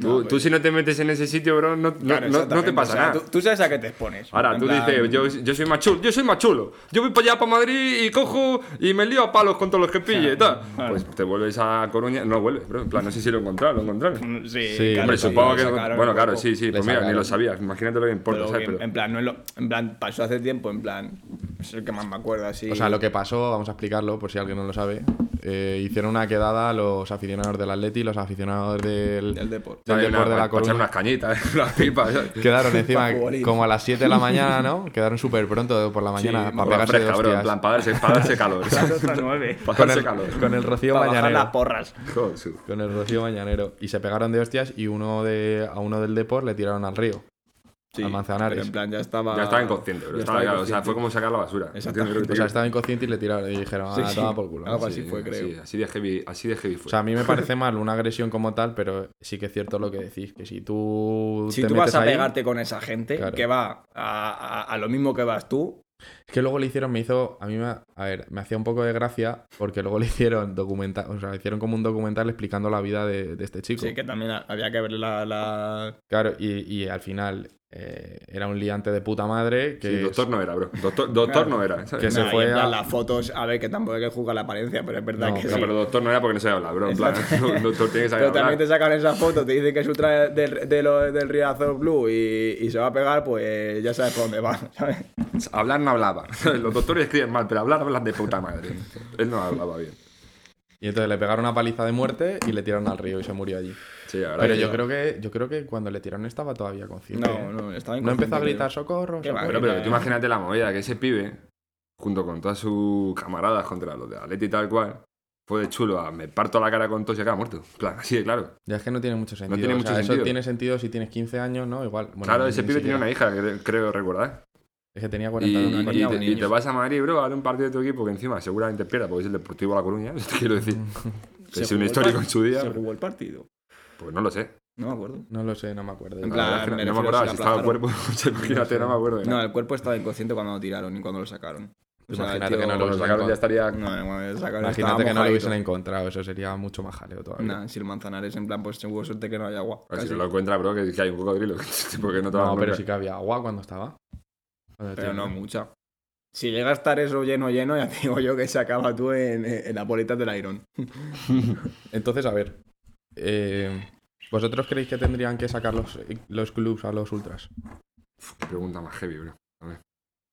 D: Tú,
C: No, pues-
D: tú si no te metes en ese sitio, bro, no, no-
C: Claro,
D: no- no te
C: exactamente,
D: pasa
C: o sea,
D: nada.
C: Tú, tú sabes a qué te expones.
D: Ahora,
C: En
D: tú
C: plan,
D: dices, yo, yo soy más chulo, yo soy más chulo. Yo voy para allá, para Madrid, y cojo y me lío a palos con todos los que pille y tal. Pues te vuelves a Coruña, no vuelves, bro. En plan, no sé si lo encontraron, lo encontraron.
C: mm, Sí,
B: Sí,
C: claro,
D: Hombre,
C: sí,
D: supongo
C: lo
D: que.
C: sacaron
D: bueno,
C: un
D: claro,
C: poco.
D: sí, sí,
B: Le
D: pues mira, ni
B: sacaron.
D: lo sabías. Imagínate lo que importa,
C: Pero
D: ¿sabes?
C: que en-
D: Pero-
C: en plan, no es lo- en plan, pasó hace tiempo, en plan, es el que más me acuerdo así.
B: O sea, lo que pasó, vamos a explicarlo por si alguien no lo sabe. Eh, hicieron una quedada los aficionados del Atleti, los aficionados del,
C: Del Depor.
B: del
D: Ahí
B: Depor
D: una-
B: de la
D: para echar
B: Coruña.
D: unas cañitas, ¿eh? unas pipas. ¿sabes?
B: Quedaron encima
C: Pa' futbolín.
B: como a las 7 de la mañana, ¿no? Quedaron súper pronto por la mañana
C: Sí,
B: para
D: Agua
B: pegarse de
D: fresca, bro. En
B: hostias.
D: plan, para darse, para darse calor.
C: Las otras nueve.
D: Para
B: con,
D: darse
B: el,
D: calor.
B: con el rocío
C: Para bajar las
B: mañanero.
C: porras.
D: Joder, su-
B: Con el rocío mañanero. Y se pegaron de hostias y uno de, a uno del Depor le tiraron al río.
C: Sí,
B: Al Manzanares.
C: pero en plan, ya estaba.
D: Ya estaba inconsciente, bro.
C: ya
D: Estaba, claro, o sea,
C: inconsciente.
D: fue como sacar la basura.
C: Exactamente.
D: ¿Entiendes lo que te
B: O sea,
D: digo?
B: estaba inconsciente y le tiraron y dijeron, ah,
C: Sí, sí.
B: toma por culo.
C: Algo así
D: Sí,
C: fue, creo.
D: así- Así de heavy, así de heavy fue.
B: O sea, a mí me parece mal una agresión como tal, pero sí que es cierto lo que decís, que si tú
C: Si
B: te
C: tú
B: metes
C: vas a
B: ahí-
C: pegarte con esa gente
B: Claro.
C: que va a, a- a lo mismo que vas tú,
B: Es que luego le hicieron, me hizo, a mí me, a ver, me hacía un poco de gracia porque luego le hicieron documental, o sea, hicieron como un documental explicando la vida de, de este chico.
C: sí que también ha- había que ver la. la-
B: Claro, y, y al final eh, era un liante de puta madre que,
D: Sí, doctor no era, bro. Doctor, doctor no era. ¿sabes?
B: Que se
C: Nah, y
B: fue
C: en plan,
B: a-
C: las fotos, a ver, que tampoco hay que juzgar la apariencia, pero es verdad
B: No,
C: que
D: No,
C: sí.
D: pero doctor no era porque no sabía hablar, bro. En plan, doctor tiene que saber
C: Pero
D: hablar.
C: también te sacan esa foto, te dicen que es un traje del, de lo- del Riazo Blue y, y se va a pegar, pues ya sabes por dónde va, ¿sabes?
D: Hablar no hablaba. Los doctores escriben mal, pero hablar hablan de puta madre. Él no hablaba bien.
B: y entonces le pegaron una paliza de muerte y le tiraron al río y se murió allí.
D: Sí, ahora
B: Pero
D: que-
B: yo creo que yo creo que cuando le tiraron estaba todavía consciente.
C: No,
B: ¿eh? No
C: no, estaba
B: empezó a
C: inconsciente,
B: gritar
C: creo.
B: socorro.
C: Qué
B: socorro".
C: va,
D: Bueno, pero tú
C: Eh.
D: imagínate la movida que ese pibe, junto con todas sus camaradas contra los de Atleti y tal cual, fue de chulo a me parto la cara con todo y acaba muerto. En plan, así de claro.
B: Ya es que no tiene mucho sentido.
D: tiene
B: o
D: mucho
B: sea, Eso
D: sentido.
B: tiene sentido si tienes 15 años, ¿no? Igual. Bueno,
D: claro,
B: ni-
D: ese
B: ni
D: pibe tenía
B: siquiera.
D: una hija, que creo recordar.
B: Es que tenía
D: Y,
B: 41
D: y
B: años.
C: niña,
D: te,
C: un
D: y
C: niño.
D: te vas a Madrid, bro, a dar un partido de tu equipo que encima seguramente pierda porque es el Deportivo La Coruña, te quiero decir.
B: Mm.
C: Se
D: es
C: jugó
D: un
C: el
D: histórico
C: par-
D: en su día.
C: Se jugó el partido.
D: Pues no lo sé.
C: No me acuerdo.
B: No lo sé, no me acuerdo.
C: En
D: La
C: plan,
D: verdad es
C: me
D: que no
C: refiero
D: me acordaba
C: si
D: si
C: la
D: estaba el
C: aplastaron.
D: cuerpo. o sea, Imagínate, no me acuerdo. de
C: No,
D: nada.
C: el cuerpo estaba inconsciente cuando lo tiraron y cuando lo sacaron. O sea,
B: Imagínate
C: el
B: que no
D: Cuando
B: lo
D: lo sacaron ya estaría.
C: No, cuando lo sacaron
B: Imagínate
C: estaba
B: que no lo
C: mojadito.
B: hubiesen encontrado, eso sería mucho más jaleo todavía.
C: Nah, si el Manzanares, en plan, pues hubo suerte que no hay agua.
D: Así
B: Pues
C: casi.
D: que lo encuentra, bro, que, que hay un cocodrilo. Porque no te
B: no,
D: vas a
B: pero
D: encontrar.
B: sí que había agua cuando estaba. Cuando
C: Pero
B: te-
C: no mucha. Si llega a estar eso lleno, lleno, ya te digo yo que se acaba tú en, en la bolita del Iron.
B: Entonces, a ver. eh, ¿Vosotros creéis que tendrían que sacar los, los clubs a los ultras?
D: Qué Pregunta más heavy, bro.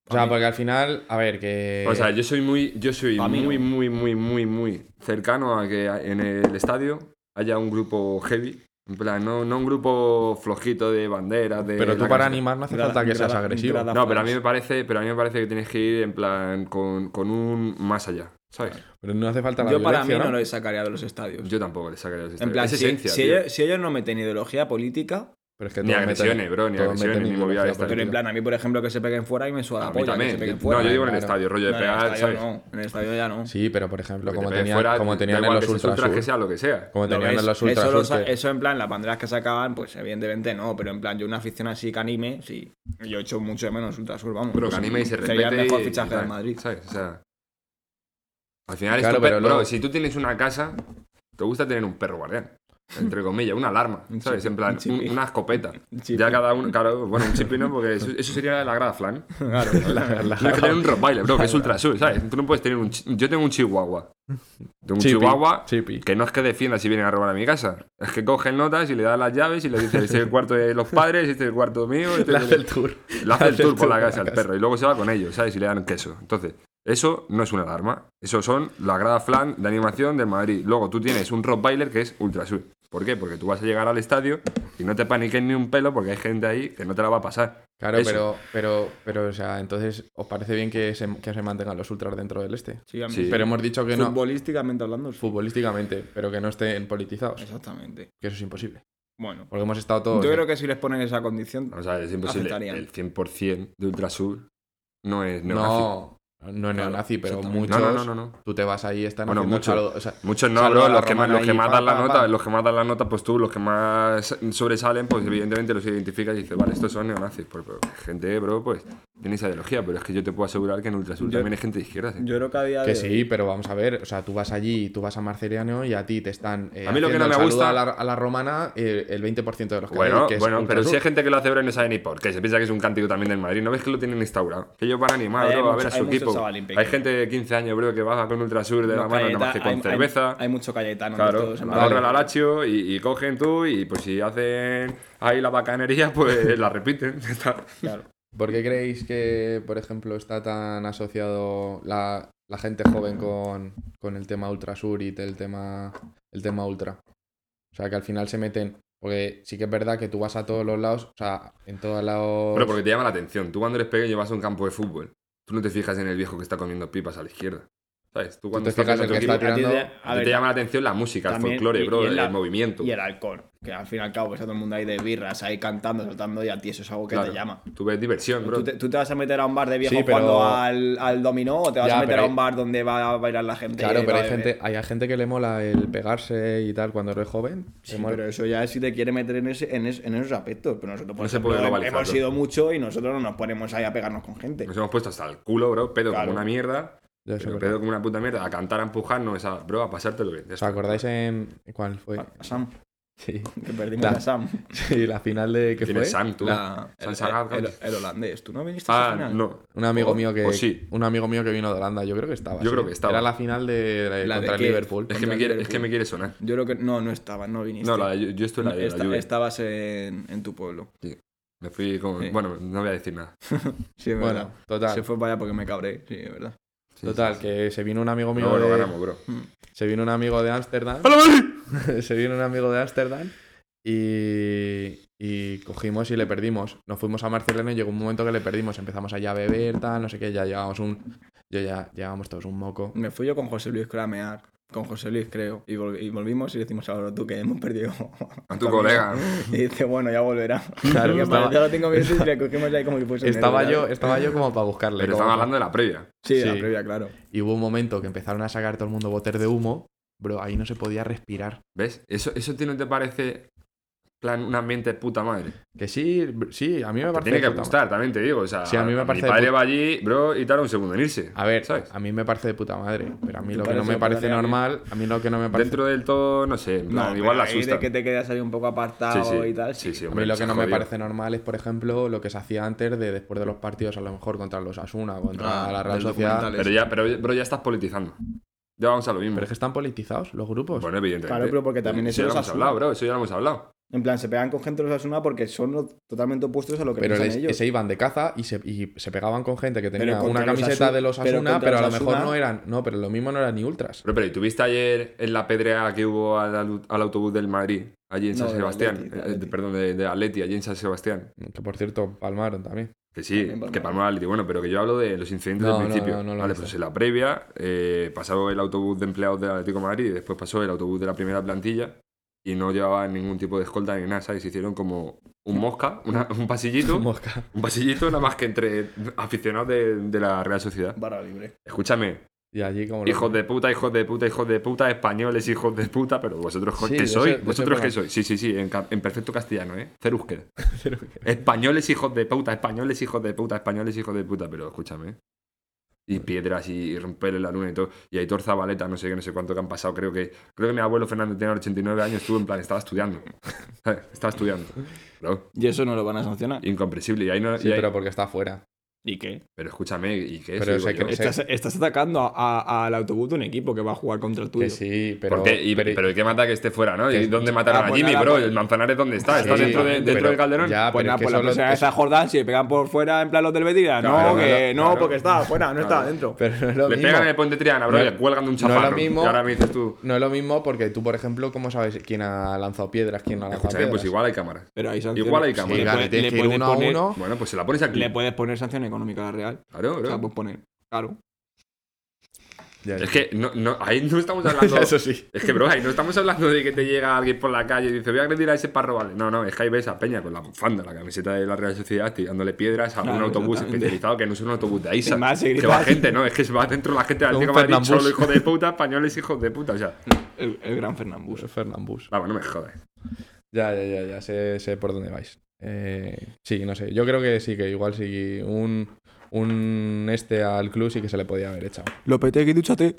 B: O sea,
C: mí-
B: porque al final, a ver, que.
D: O sea, yo soy muy, yo soy
C: Pa' Eh, mí
D: muy,
C: no.
D: muy, muy, muy, muy cercano a que en el estadio haya un grupo heavy. En plan, no, no un grupo flojito de banderas, de.
B: pero tú
D: Eh, la
B: para
D: camiseta.
B: animar no hace
C: Grada-
B: falta que seas
C: grada-
B: agresivo.
C: grada-
D: No, pero a mí me parece, pero a mí me parece que tienes que ir en plan con, con un más allá, ¿sabes?
B: Pero no hace falta la
C: Yo para mí
B: violencia,
C: no
B: ¿no?
C: lo sacaría de los estadios.
D: Yo tampoco le sacaría los
C: en
D: estadios.
C: plan,
D: Es
C: si,
D: esencia,
C: si
D: tío.
C: ellos, si ellos no meten ideología política,
B: Pero es que
D: Ni
B: todos meten-
D: agresiones, bro, ni
B: todos
D: agresiones,
B: meten
D: ni movidas
B: ideología
D: estas.
B: política.
C: pero en plan, a mí, por ejemplo, que se peguen fuera y me suda
D: A
C: la
D: mí
C: polla. Ah, que
D: también.
C: se peguen
D: Yo-
C: fuera.
D: no, yo digo en el
B: claro.
D: estadio, rollo de
C: No,
D: pegar,
C: en el estadio
D: ¿sabes?
C: no. En el estadio ya no.
B: Sí, pero por ejemplo,
D: Porque
B: como
D: te peguen
B: tenían,
D: fuera,
B: como
D: da
B: tenían en
D: igual
B: los
D: que seas
B: ultras. ¿eh?
D: ultras, que
B: sur,
D: sea lo que sea.
B: Como
C: Lo
B: tenían
C: ves,
B: en los ultras.
C: eso, lo
B: sur,
C: sa-
B: que-
C: eso en plan, las banderas que sacaban, pues evidentemente no, pero en plan, yo una afición así que anime, sí. Yo echo mucho de menos Ultrasur, vamos.
D: Pero que anime y se respete.
C: Sería el mejor
D: y-
C: fichaje
D: y tal,
C: del Madrid.
D: ¿sabes? O sea, al final,
B: Claro,
D: esto, pe-
B: pero
D: bro,
B: luego-
D: si tú tienes una casa, te gusta tener un perro guardián. Entre comillas, una alarma,
C: Un
D: ¿sabes?
C: chipi,
D: En plan,
C: un chipi.
D: un- una escopeta.
C: chipi.
D: Ya cada uno, claro, bueno, un chipi no, porque eso, eso sería la grada flan.
C: Claro,
D: Tienes que tener un rottweiler, bro, que es ultra sur, ¿sabes? Tú no puedes tener un. chi- Yo tengo un chihuahua. Tengo un
B: Chipi,
D: chihuahua
B: chipi.
D: que no es que defienda si vienen a robar a mi casa. Es que cogen notas y le dan las llaves y le dicen: Este es el cuarto de los padres, este es el cuarto mío. Este
B: Le
D: es
B: hace
D: el-
B: el tour.
D: le hace el tour por la casa al perro y luego se va con ellos, ¿sabes? Y le dan queso. Entonces, eso no es una alarma. Eso son la grada flan de animación del Madrid. Luego tú tienes un Rottweiler que es ultra sur. ¿Por qué? Porque tú vas a llegar al estadio y no te paniques ni un pelo porque hay gente ahí que no te la va a pasar.
B: Claro,
D: Eso.
B: pero, pero, pero, o sea, entonces, ¿os parece bien que se, que se mantengan los ultras dentro del este?
C: Sí, a mí-
D: Sí.
B: Pero hemos dicho que no,
C: Futbolísticamente hablando, sí.
B: futbolísticamente, pero que no estén politizados,
C: Exactamente.
B: que eso es imposible.
C: Bueno,
B: Porque hemos estado todos.
C: yo creo que si les ponen esa condición,
D: O sea, es imposible.
C: Aceptarían.
D: El 100% de ultra sur no es neonazi.
B: No, No es
D: Claro,
B: neonazi, pero
C: exactamente.
B: muchos.
D: No, no, no, no, no.
B: Tú te vas ahí, están
D: Bueno,
B: haciendo
D: muchos.
B: saludo- o sea,
D: Muchos no,
B: saludo
D: bro,
B: a la
D: los que, más,
B: romana
D: los que
B: ahí,
D: más
B: pa,
D: dan la
B: pa,
D: nota,
B: pa.
D: los que más dan la nota, pues tú, los que más sobresalen, pues evidentemente los identificas y dices, vale, estos son neonazis. Pues, pues, gente, bro, pues tiene esa ideología, pero es que yo te puedo asegurar que en Ultrasur
C: Yo-
D: también hay gente de izquierda. ¿eh?
C: Yo creo que a día de
B: Que
C: hoy-
B: sí, pero vamos a ver, o sea, tú vas allí, tú vas a Marceliano y a ti te están. eh,
D: A mí lo que
B: haciendo
D: no me
B: el saludo
D: gusta-
B: A la, a la romana, eh, el 20% de los que
D: Bueno,
B: hay, que es
D: bueno, pero
B: Ultrasur.
D: si hay gente que lo hace, bro, y no sabe ni por qué. Se piensa que es un cántico también del Madrid. ¿No ves que lo tienen instaurado? Que ellos van a animar,
C: Hay
D: bro, a
C: mucho-
D: ver a
C: hay
D: su
C: mucho
D: equipo.
C: chavalín
D: Hay
C: pequeño.
D: gente de 15 años, bro, que baja con Ultrasur de la
C: Los
D: mano,
C: Cayeta-
D: nada más que
C: hay-
D: con
C: hay-
D: cerveza.
C: Hay, mucho cayetano.
D: Claro,
C: entonces, en
D: ahora
C: plan-
D: la Lazio y, y cogen tú y pues si hacen ahí la bacanería, pues la repiten. ya está.
C: claro.
B: ¿Por qué creéis que, por ejemplo, está tan asociado la, la gente joven con, con el tema ultrasur y el tema, el tema ultra? O sea, que al final se meten. Porque sí que es verdad que tú vas a todos los lados, o sea, en todos lados.
D: Pero porque te llama la atención. Tú cuando eres pequeño vas a un campo de fútbol. Tú no te fijas en el viejo que está comiendo pipas a la izquierda. ¿Sabes? Tú cuando
B: te
D: estás
B: fijas
D: en
B: en
D: tu
B: que
D: equipo,
B: está
C: A ti
B: tirando-
C: te-
D: te,
C: a ver,
D: llama la atención la música,
C: también-
D: el folclore,
C: y-
D: bro,
C: y en la-
D: el movimiento.
C: Y el alcohol, que al fin y al cabo pues, está todo el mundo ahí de birras, ahí cantando, saltando, y a ti eso es algo que
D: Claro.
C: te llama.
D: Tú ves diversión, bro.
C: ¿Tú te, tú te vas a meter a un bar de viejo
B: Sí, pero-
C: jugando al, al dominó o te vas
B: Ya,
C: a meter
B: pero
C: a
B: hay-
C: un bar donde va a bailar la gente? y
B: Claro,
C: va
B: pero
C: a
B: hay
C: beber?
B: gente, hay a gente que le mola el pegarse y tal cuando eres joven. Le
C: Sí,
B: mola-
C: pero eso ya es si te quiere meter en, ese, en, es- en esos aspectos. Pero nosotros, por
D: No se
C: ejemplo,
D: puede
C: hem-
D: globalizar,
C: hemos
D: ¿no?
C: ido mucho y nosotros no nos ponemos ahí a pegarnos con gente.
D: Nos hemos puesto hasta el culo, bro, pedo
C: Claro.
D: como una mierda.
B: Ya sé,
D: Pero
B: pero-
D: pedo como una puta mierda. A cantar, a empujarnos, a, bro, a pasártelo bien. ya
B: ¿Os
D: está. Ah,
B: acordáis en. ¿Cuál fue?
C: A Sam,
B: Sí.
C: que perdimos
B: Da.
C: a Sam.
B: Sí, la final de. ¿Qué
D: ¿Quién
B: fue?
D: es Sam, tú?
C: La-
D: Sam
C: el-
D: Sagat,
C: el,
D: coño.
C: el holandés. ¿Tú no viniste a esa
D: Ah,
C: final?
D: no.
B: Un amigo
D: O-
B: mío que.
D: o oh, sí.
B: Un amigo mío que vino de Holanda, yo creo que estaba.
D: Yo
B: sí.
D: creo que estaba.
B: Era la final de, de-
C: La de
B: contra el
C: que-
B: Liverpool.
D: Es que,
C: Contra
D: me
C: el
D: quiere, es
C: Liverpool.
D: que me quiere sonar.
C: Yo creo que no, no estaba, no viniste.
D: No, la, yo, yo estoy en la, de la
C: Esta-
D: Juve.
C: estabas en, en tu pueblo.
D: Me fui con...
C: Sí.
D: Bueno, no voy a decir nada.
C: Sí, es
B: Bueno,
C: verdad.
B: total.
C: Se fue para allá porque me cabré, sí, es verdad.
D: Sí,
B: Total,
D: sí, sí.
B: que se vino un amigo mío
D: Luego lo
B: de-
D: ganamos, bro.
B: se vino un amigo de Ámsterdam. se vino un amigo de Ámsterdam y, y cogimos y le perdimos. Nos fuimos a Barcelona y llegó un momento que le perdimos. Empezamos allá a beber, tal, no sé qué, ya llevábamos un. Yo ya llevábamos todos un moco.
C: Me fui yo con José Luis Cramear, con José Luis creo, y, vol- y volvimos y le decimos ahora tú que hemos perdido
D: A tu colega.
C: Y dice, bueno, ya volverá.
B: Claro,
C: Porque
B: estaba-
C: parecía los cinco minutos y le cogimos ahí como si fuese un
B: Estaba
C: héroe,
B: yo,
C: ¿sabes?
B: estaba yo como para buscarle.
D: Pero
B: como
D: estamos
B: para-
D: hablando de la previa.
C: Sí, de la
B: Sí.
C: previa, claro.
B: Y hubo un momento que empezaron a sacar todo el mundo boter de humo. Bro, ahí no se podía respirar.
D: ¿Ves? ¿Eso, eso a ti no te parece plan un ambiente de puta madre?
B: Que sí, br- sí, a mí me
D: Te
B: parece.
D: tiene que
B: de puta
D: gustar, también te digo. O sea,
B: Sí, a mí me parece de
D: mi padre
B: puta-
D: va allí, bro, y tarda un segundo en irse.
B: ma- A ver,
D: ¿sabes?
B: a mí me parece de puta madre. Pero a mí
C: ¿Te
B: lo que no
C: parece
B: me
C: de
B: parece
C: puta madre?
B: normal, a mí lo que no me parece.
D: Dentro del todo, no sé. en plan,
C: No,
D: igual la
C: pero ahí
D: asusta.
C: de que te quedas ahí un poco apartado y tal.
D: sí, sí,
B: A
D: hombre,
B: mí lo
D: se
B: que no me
D: jodió.
B: parece normal es, por ejemplo, lo que se hacía antes de después de los partidos, a lo mejor contra los Asuna, contra
C: Ah,
B: la Real
C: del
B: Sociedad.
C: documental.
D: Pero ya, pero, bro, ya estás politizando. Ya vamos a lo mismo.
B: Pero es que están politizados los grupos.
D: Bueno, evidentemente.
C: Claro, pero porque también eso
D: ya lo
C: los
D: hemos
C: asusta.
D: hablado, bro. Eso ya lo hemos hablado.
C: En plan, se pegan con gente de los Asuna porque son lo- totalmente opuestos a lo que
B: pero
C: piensan
B: les-
C: ellos.
B: se iban de caza y se, y se pegaban con gente que tenía
C: contra
B: una
C: los
B: camiseta
C: Asu-
B: de los
C: pero
B: Asuna, pero,
C: contra
B: a lo
C: los
B: mejor
C: Asuna-
B: no eran. No, pero lo mismo no eran ni ultras.
D: Pero, pero, ¿y tuviste ayer en la pedrea que hubo al, al- al autobús del Madrid? Allí en
C: No,
D: San
C: del
D: Sebastián.
C: Atleti,
D: Eh,
C: del Atleti.
D: eh, perdón, de, de Atleti, allí en San Sebastián.
B: Que por cierto, palmaron también.
D: Que sí,
C: También Palma.
D: que palmó al Atleti. Bueno, pero que yo hablo de los incidentes
B: No,
D: del
B: no,
D: principio.
B: no, no lo
D: vale,
B: hice.
D: pues en la previa eh, pasó el autobús de empleados del Atlético de Madrid y después pasó el autobús de la primera plantilla y no llevaban ningún tipo de escolta ni nada, ¿sabes? Hicieron como un mosca, una- un pasillito.
B: Mosca.
D: Un pasillito nada más que entre aficionados de, de la Real Sociedad.
C: Barra libre.
D: Escúchame,
B: Y allí como... lo-
D: hijos de puta, hijos de puta, hijos de puta, españoles, hijos de puta, pero vosotros
B: Sí, de
D: qué
B: eso-
D: sois,
B: de eso
D: vosotros qué
B: conozco.
D: sois. Sí, sí, sí, en, ca- en perfecto castellano, ¿eh? Cero euskera. Españoles, hijos de puta, españoles, hijos de puta, españoles, hijos de puta, pero escúchame. Y piedras y romperle la luna y todo. Y Aitor Zabaleta, no sé qué, no sé cuánto que han pasado. Creo que creo que mi abuelo Fernando tenía 89 años, estuvo en plan, estaba estudiando. estaba estudiando. Bro,
C: Y eso no lo van a sancionar.
D: incomprensible. Y ahí no,
B: Sí,
D: y ahí-
B: pero porque está fuera.
C: ¿Y qué?
D: pero escúchame, ¿y qué?
B: Pero
D: Eso
B: se
D: digo yo.
B: cree-
C: Estás, estás atacando a- a- al autobús de un equipo que va a jugar contra el tuyo.
B: Que sí, pero...
D: ¿Por qué? Y-
B: pero-
D: pero, ¿y qué mata que esté fuera, no?
B: que-
D: ¿Y dónde mataron
C: Ah,
D: a
C: pues
D: Jimmy,
C: nada,
D: bro?
C: pues-
D: ¿El Manzanares dónde está? ¿Está
B: Sí,
D: dentro, de-
B: pero-
D: dentro del Calderón?
B: Ya, Ah,
C: Pues
B: pero
C: nada,
B: es que
C: pues la
B: solo-
C: próxima vez
B: eso-
C: a Jordán, si le pegan por fuera, en plan los del Betis, dirán,
D: Claro,
C: no, que
D: claro,
C: no,
D: claro.
C: porque está fuera, no está
D: Claro.
C: adentro.
B: pero no es lo
D: Le
B: mismo.
D: pegan en el puente Triana, bro,
B: No-
D: le cuelgan de un
B: no es lo
D: chaparro.
B: mismo-
D: Y ahora me dices tú,
B: No es lo mismo porque tú, por ejemplo, ¿cómo sabes quién ha lanzado piedras, quién no ha lanzado
D: escúchame,
B: piedras?
D: pues igual hay cámaras.
C: Pero ahí sanciones.
D: Igual hay
C: Sí,
D: cámaras.
C: le
B: Claro,
C: puede-
B: tienes
C: le
B: que ir
C: puedes
B: uno a
C: poner-
B: uno.
D: Bueno, pues se la pones aquí.
C: Le puedes poner sanción económica a la Real.
D: Claro,
C: O sea,
D: bro.
C: puedes poner, claro.
B: Ya, ya.
D: Es que no, no, ahí no estamos hablando.
B: Eso sí.
D: Es que, bro, ahí no estamos hablando de que te llega alguien por la calle y dice, voy a agredir a ese parro, vale. No, no, es que ahí ves a Peña con la bufanda, la camiseta de la Real Sociedad, tirándole piedras a un
C: Claro,
D: autobús
C: totalmente.
D: especializado que no es un autobús de
C: Y
D: AISA.
C: más si
D: Que
C: gritas.
D: va gente, ¿no? Es que se va dentro la gente de
B: Como
D: Atlético
B: un
D: de Madrid,
B: Fernambús.
D: solo hijos de puta, españoles hijos de puta, o sea.
C: El, el gran Fernambus.
B: Fernambús.
D: Vamos, no me jodas.
B: Ya, ya, ya, ya sé, sé por dónde vais. Eh, sí, no sé. Yo creo que sí, que igual sí un, un este al club sí que se le podía haber echado.
C: Lopetegui, dúchate.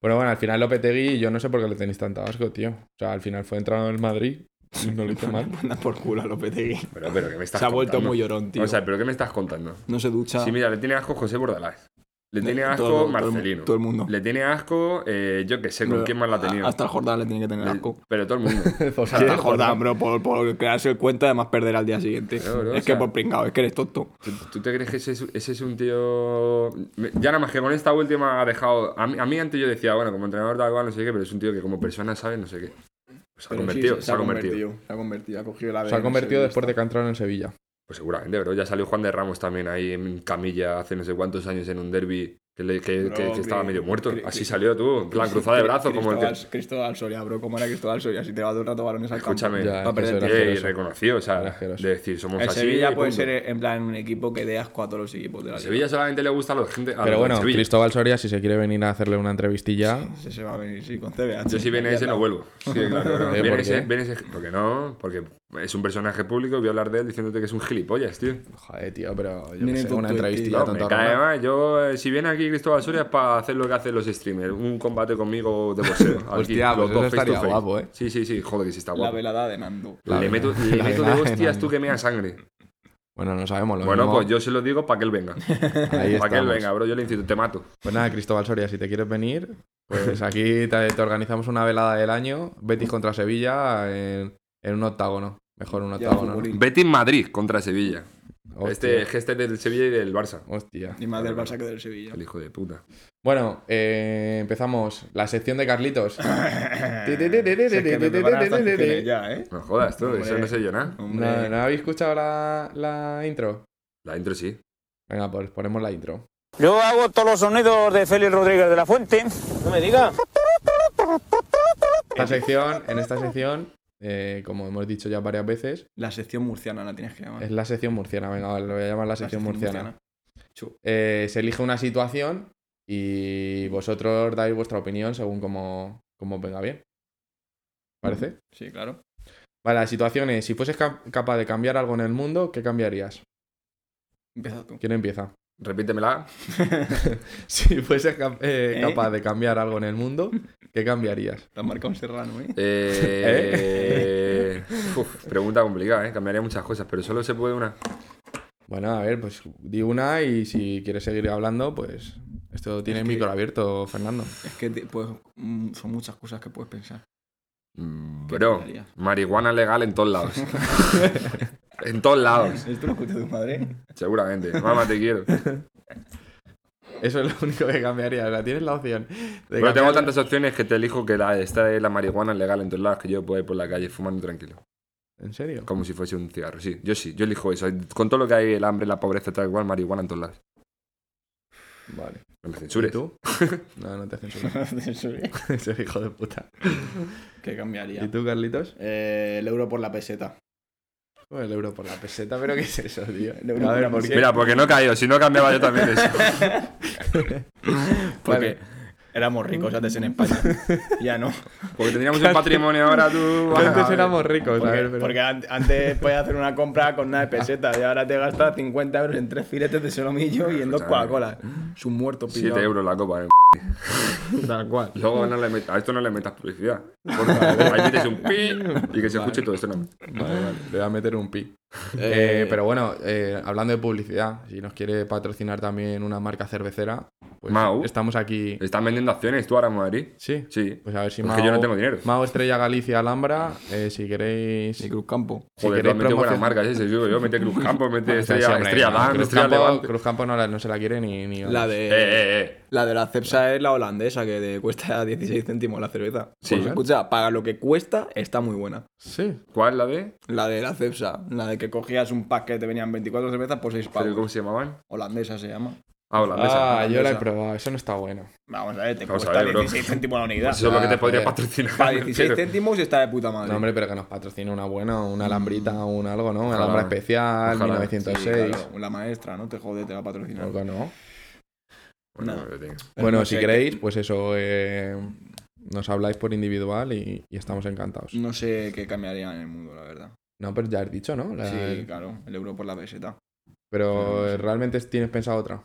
B: Pero bueno, al final Lopetegui, yo no sé por qué le tenéis tanto asco, tío. O sea, al final fue entrado en el Madrid y no lo hizo mal.
C: Anda por culo a Lopetegui.
D: Pero, pero, ¿qué me estás
C: Se ha vuelto
D: contando?
C: muy llorón, tío.
D: O sea, ¿pero qué me estás contando?
C: no se ducha.
D: Sí, mira, le tiene asco José Bordalás. Le tiene
C: Todo-
D: asco
C: todo el-
D: Marcelino.
C: todo el mundo.
D: Le tiene asco, eh, yo qué sé, ¿con quién más la ha tenido?
C: Hasta el Jordán le tiene que tener
D: Le-
C: asco.
D: Pero todo el mundo.
B: ¿Por
D: sea,
B: qué?
D: la
C: Hasta el Jordán, bro, por, por crearse el cuento, además perder al día siguiente.
D: Claro, bro,
C: es
D: o
C: que
D: sea-
C: por pringado, es que eres tonto.
D: ¿Tú, tú te crees que ese es, ese es un tío.? Me- Ya nada más que con esta última ha dejado. A mí, a mí antes yo decía, bueno, como entrenador da igual, no sé qué, pero es un tío que como persona sabe, no sé qué. Pues se ha
C: Pero
D: convertido,
C: sí,
D: se, ha convertido.
C: Se ha convertido, ha cogido la
B: Se ha convertido después de que ha entrado en el Sevilla.
D: Pues seguramente, bro. Ya salió Juan de Ramos también ahí en camilla hace no sé cuántos años en un derby que, le- que-
C: Bro,
D: que- que estaba
C: que-
D: medio muerto.
C: que-
D: Así
C: que-
D: salió tú, en plan cruzada de brazos, como el que.
C: Cristóbal, Cristóbal Soria, bro. ¿Cómo era Cristóbal Soria? Si te va todo el rato balones al campo.
D: Escúchame,
B: Ya,
D: va a
B: que eso
D: perder
B: era
D: pie y
B: asqueroso.
D: reconocido, o sea,
B: Era
D: de
B: asqueroso.
D: decir, somos
C: El
D: así.
C: Sevilla
D: y
C: puede
D: punto.
C: ser en plan un equipo que dé asco a todos los equipos de la
D: A
C: liga.
D: Sevilla solamente le gusta a la gente. a los
B: Pero
D: del
B: bueno,
D: Sevilla.
B: Cristóbal Soria, si se quiere venir a hacerle una entrevistilla,
C: Ese se va a venir, sí, con CBH.
D: Yo si viene ese no vuelvo. Sí, claro. claro.
B: Eh, ¿por
D: Viene ese,
B: qué?
D: viene ese- porque no, porque es un personaje público, voy a hablar de él diciéndote que es un gilipollas, tío.
B: Joder, tío, pero yo qué
C: Miren
B: sé,
C: tu
B: una
C: tweet,
B: entrevistilla
D: No, me
B: tontorrona.
D: cae mal. Yo, eh, si viene aquí Cristóbal Soria es para hacer lo que hacen los streamers, un combate conmigo de boxeo. Aquí,
B: Hostia,
D: los
B: pues
D: dos
B: eso
D: face to
B: estaría
D: face.
B: guapo, ¿eh?
D: Sí, sí, sí, joder, que sí está
C: La
D: guapo.
C: velada de Nando.
B: La
D: le
B: ve-
D: meto, le
B: la
D: meto de
B: velada en
D: hostias
B: la-
D: tú que mea sangre.
B: Bueno, no sabemos lo
D: Bueno,
B: mismo.
D: pues yo se lo digo para que él venga.
B: Ahí
D: Para que él
B: estamos.
D: venga, bro, yo le incito, te mato.
B: Pues nada, Cristóbal Soria, si te quieres venir, pues aquí te, te organizamos una velada del año, Betis contra Sevilla en, en un octágono. Mejor un
C: Ya,
B: octágono. ¿no?
C: futbolín.
D: Betis Madrid contra Sevilla.
B: Hostia,
D: Este es este es del Sevilla y del Barça.
B: hostia.
C: Ni más del Barça que del Sevilla.
D: El hijo de puta.
B: Bueno, eh, empezamos la sección de Carlitos.
C: Ah, Si es que me preparan estas secciones ya, ¿eh?
D: No jodas, tú,
C: Hombre.
D: eso no sé yo nada.
C: Hombre.
B: ¿No, no habéis escuchado la, la intro?
D: La intro sí.
B: Venga, pues ponemos la intro.
E: Yo hago todos los sonidos de Félix Rodríguez de la Fuente. No me diga.
B: Esta sección, en esta sección, eh, como hemos dicho ya varias veces,
C: La sección murciana la tienes que llamar.
B: es la sección murciana. Venga, lo voy a llamar la sección murciana.
C: Chu.
B: Eh, se elige una situación y vosotros dais vuestra opinión según como, como os venga bien. ¿Parece?
C: Sí, claro.
B: Vale, la situación es, si fueses cap- capaz de cambiar algo en el mundo, ¿qué cambiarías?
C: Empieza tú.
B: ¿Quién empieza?
D: Repítemela.
B: Si fueses cap- eh,
C: ¿Eh?
B: capaz de cambiar algo en el mundo, ¿qué cambiarías?
C: Te has marcado un serrano, ¿eh?
D: Eh, uf, pregunta complicada, ¿eh? Cambiaría muchas cosas, pero solo se puede una.
B: Bueno, a ver, pues di una y si quieres seguir hablando, pues esto tiene
C: Es que-
B: micro abierto, Fernando.
C: Es que te- pues, mm, son muchas cosas que puedes pensar.
D: Mm,
C: ¿Qué
D: Bro,
C: cambiarías?
D: marihuana legal en todos lados. en todos lados,
C: ¿Esto lo escucha tu madre?
D: seguramente. Mamá, te quiero.
B: Eso es lo único que cambiaría. O sea, tienes la opción. de
D: Pero tengo
B: cambiar-
D: tantas opciones que te elijo que la, esta de la marihuana legal en todos lados, que yo puedo ir por la calle fumando tranquilo.
B: ¿En serio?
D: Como si fuese un cigarro, sí. Yo sí, yo elijo eso. Con todo lo que hay, el hambre, la pobreza, tal cual, marihuana en todos lados.
B: Vale.
D: No me
B: ¿Y
D: censures.
B: tú? No, no te censures. Ese hijo de puta.
C: ¿Qué
B: ¿Y
C: cambiaría?
B: tú, Carlitos?
C: Eh, el euro por la peseta.
B: Bueno, el euro por la peseta, pero ¿qué es eso, tío?
C: El euro
B: a
C: por
B: ver,
C: la
B: ¿por qué?
C: peseta.
D: Mira, porque no he caído. Si no cambiaba yo también eso.
C: Porque éramos ricos antes en España. ya no.
D: Porque tendríamos un patrimonio ahora, tú.
B: antes
D: Ah,
B: éramos ricos, a ver,
C: Porque,
B: pero...
C: porque an- antes podías hacer una compra con una de peseta y ahora te gastas 50 euros en tres filetes de solomillo y en dos Coca-Cola. Es un muerto,
D: 7
C: pillado.
D: euros la copa, eh.
C: Tal cual.
D: Luego no le met- a esto no le metas publicidad. Porque ahí metes un pi y que se escuche todo esto. No.
B: Vale, vale, le voy a meter un pi.
C: Eh,
B: Eh, pero bueno, eh, hablando de publicidad, si nos quiere patrocinar también una marca cervecera, pues
D: Mau.
B: estamos aquí...
D: Están vendiendo acciones tú ahora en Madrid.
B: Sí.
D: Sí.
B: Pues a ver si
D: Es
B: Mau...
D: que yo no tengo dinero.
B: Mau Estrella Galicia Alhambra, eh, si queréis...
C: Y Cruz Campo.
B: si
D: Joder, tú
B: queréis
D: has metido buenas
B: promoción-
D: marcas ese. Yo, yo metí Cruz Campo, metí
B: Sí,
D: Estrella,
B: hombre,
D: Estrella
B: no,
D: Dan,
B: Cruz
D: Estrella
B: Campo-
D: Levante.
B: Cruz Campo no, la- no se la quiere ni... ni
C: La de,
D: Eh, eh, eh.
C: la de la Cepsa es la holandesa, que te cuesta 16 céntimos la cerveza.
D: Sí. ¿eh?
C: Pues escucha, paga lo que cuesta, está muy buena.
B: Sí.
D: ¿Cuál la de?
C: La de la Cepsa, la de que cogías un pack que te venían 24 cervezas por 6
D: ¿Pero
C: pavos.
D: ¿Cómo se llamaban?
C: Holandesa se llama.
D: Ah, holandesa.
B: Ah, yo la he
C: holandesa.
B: probado. Eso no está bueno.
C: Vamos a ver, te
D: Vamos a
C: cuesta
D: ver, bro. Pues,
C: 16 céntimos la unidad.
D: Eso es lo que
B: Ah,
D: te podría
B: joder.
D: patrocinar.
C: Para
D: me
C: 16
D: refiero.
C: céntimos está de puta madre.
B: No, hombre, pero que nos patrocine una buena, una alambrita, un algo, ¿no? Una
D: Mm. Ojalá.
B: alhambra especial,
D: Ojalá.
C: Sí,
B: 1906.
C: claro, la maestra, no te jode, te va a patrocinar.
B: Algo, ¿no?
D: Bueno,
C: Nada.
D: que tenga.
B: Bueno,
C: no
B: si
C: sé,
B: queréis, pues eso, eh, nos habláis por individual y, y estamos encantados.
D: Mm.
C: No sé qué cambiaría en el mundo, la verdad.
B: No, pero ya has dicho, ¿no? La-
C: Sí, claro, el euro por la peseta.
B: Pero eh, realmente tienes pensado otra.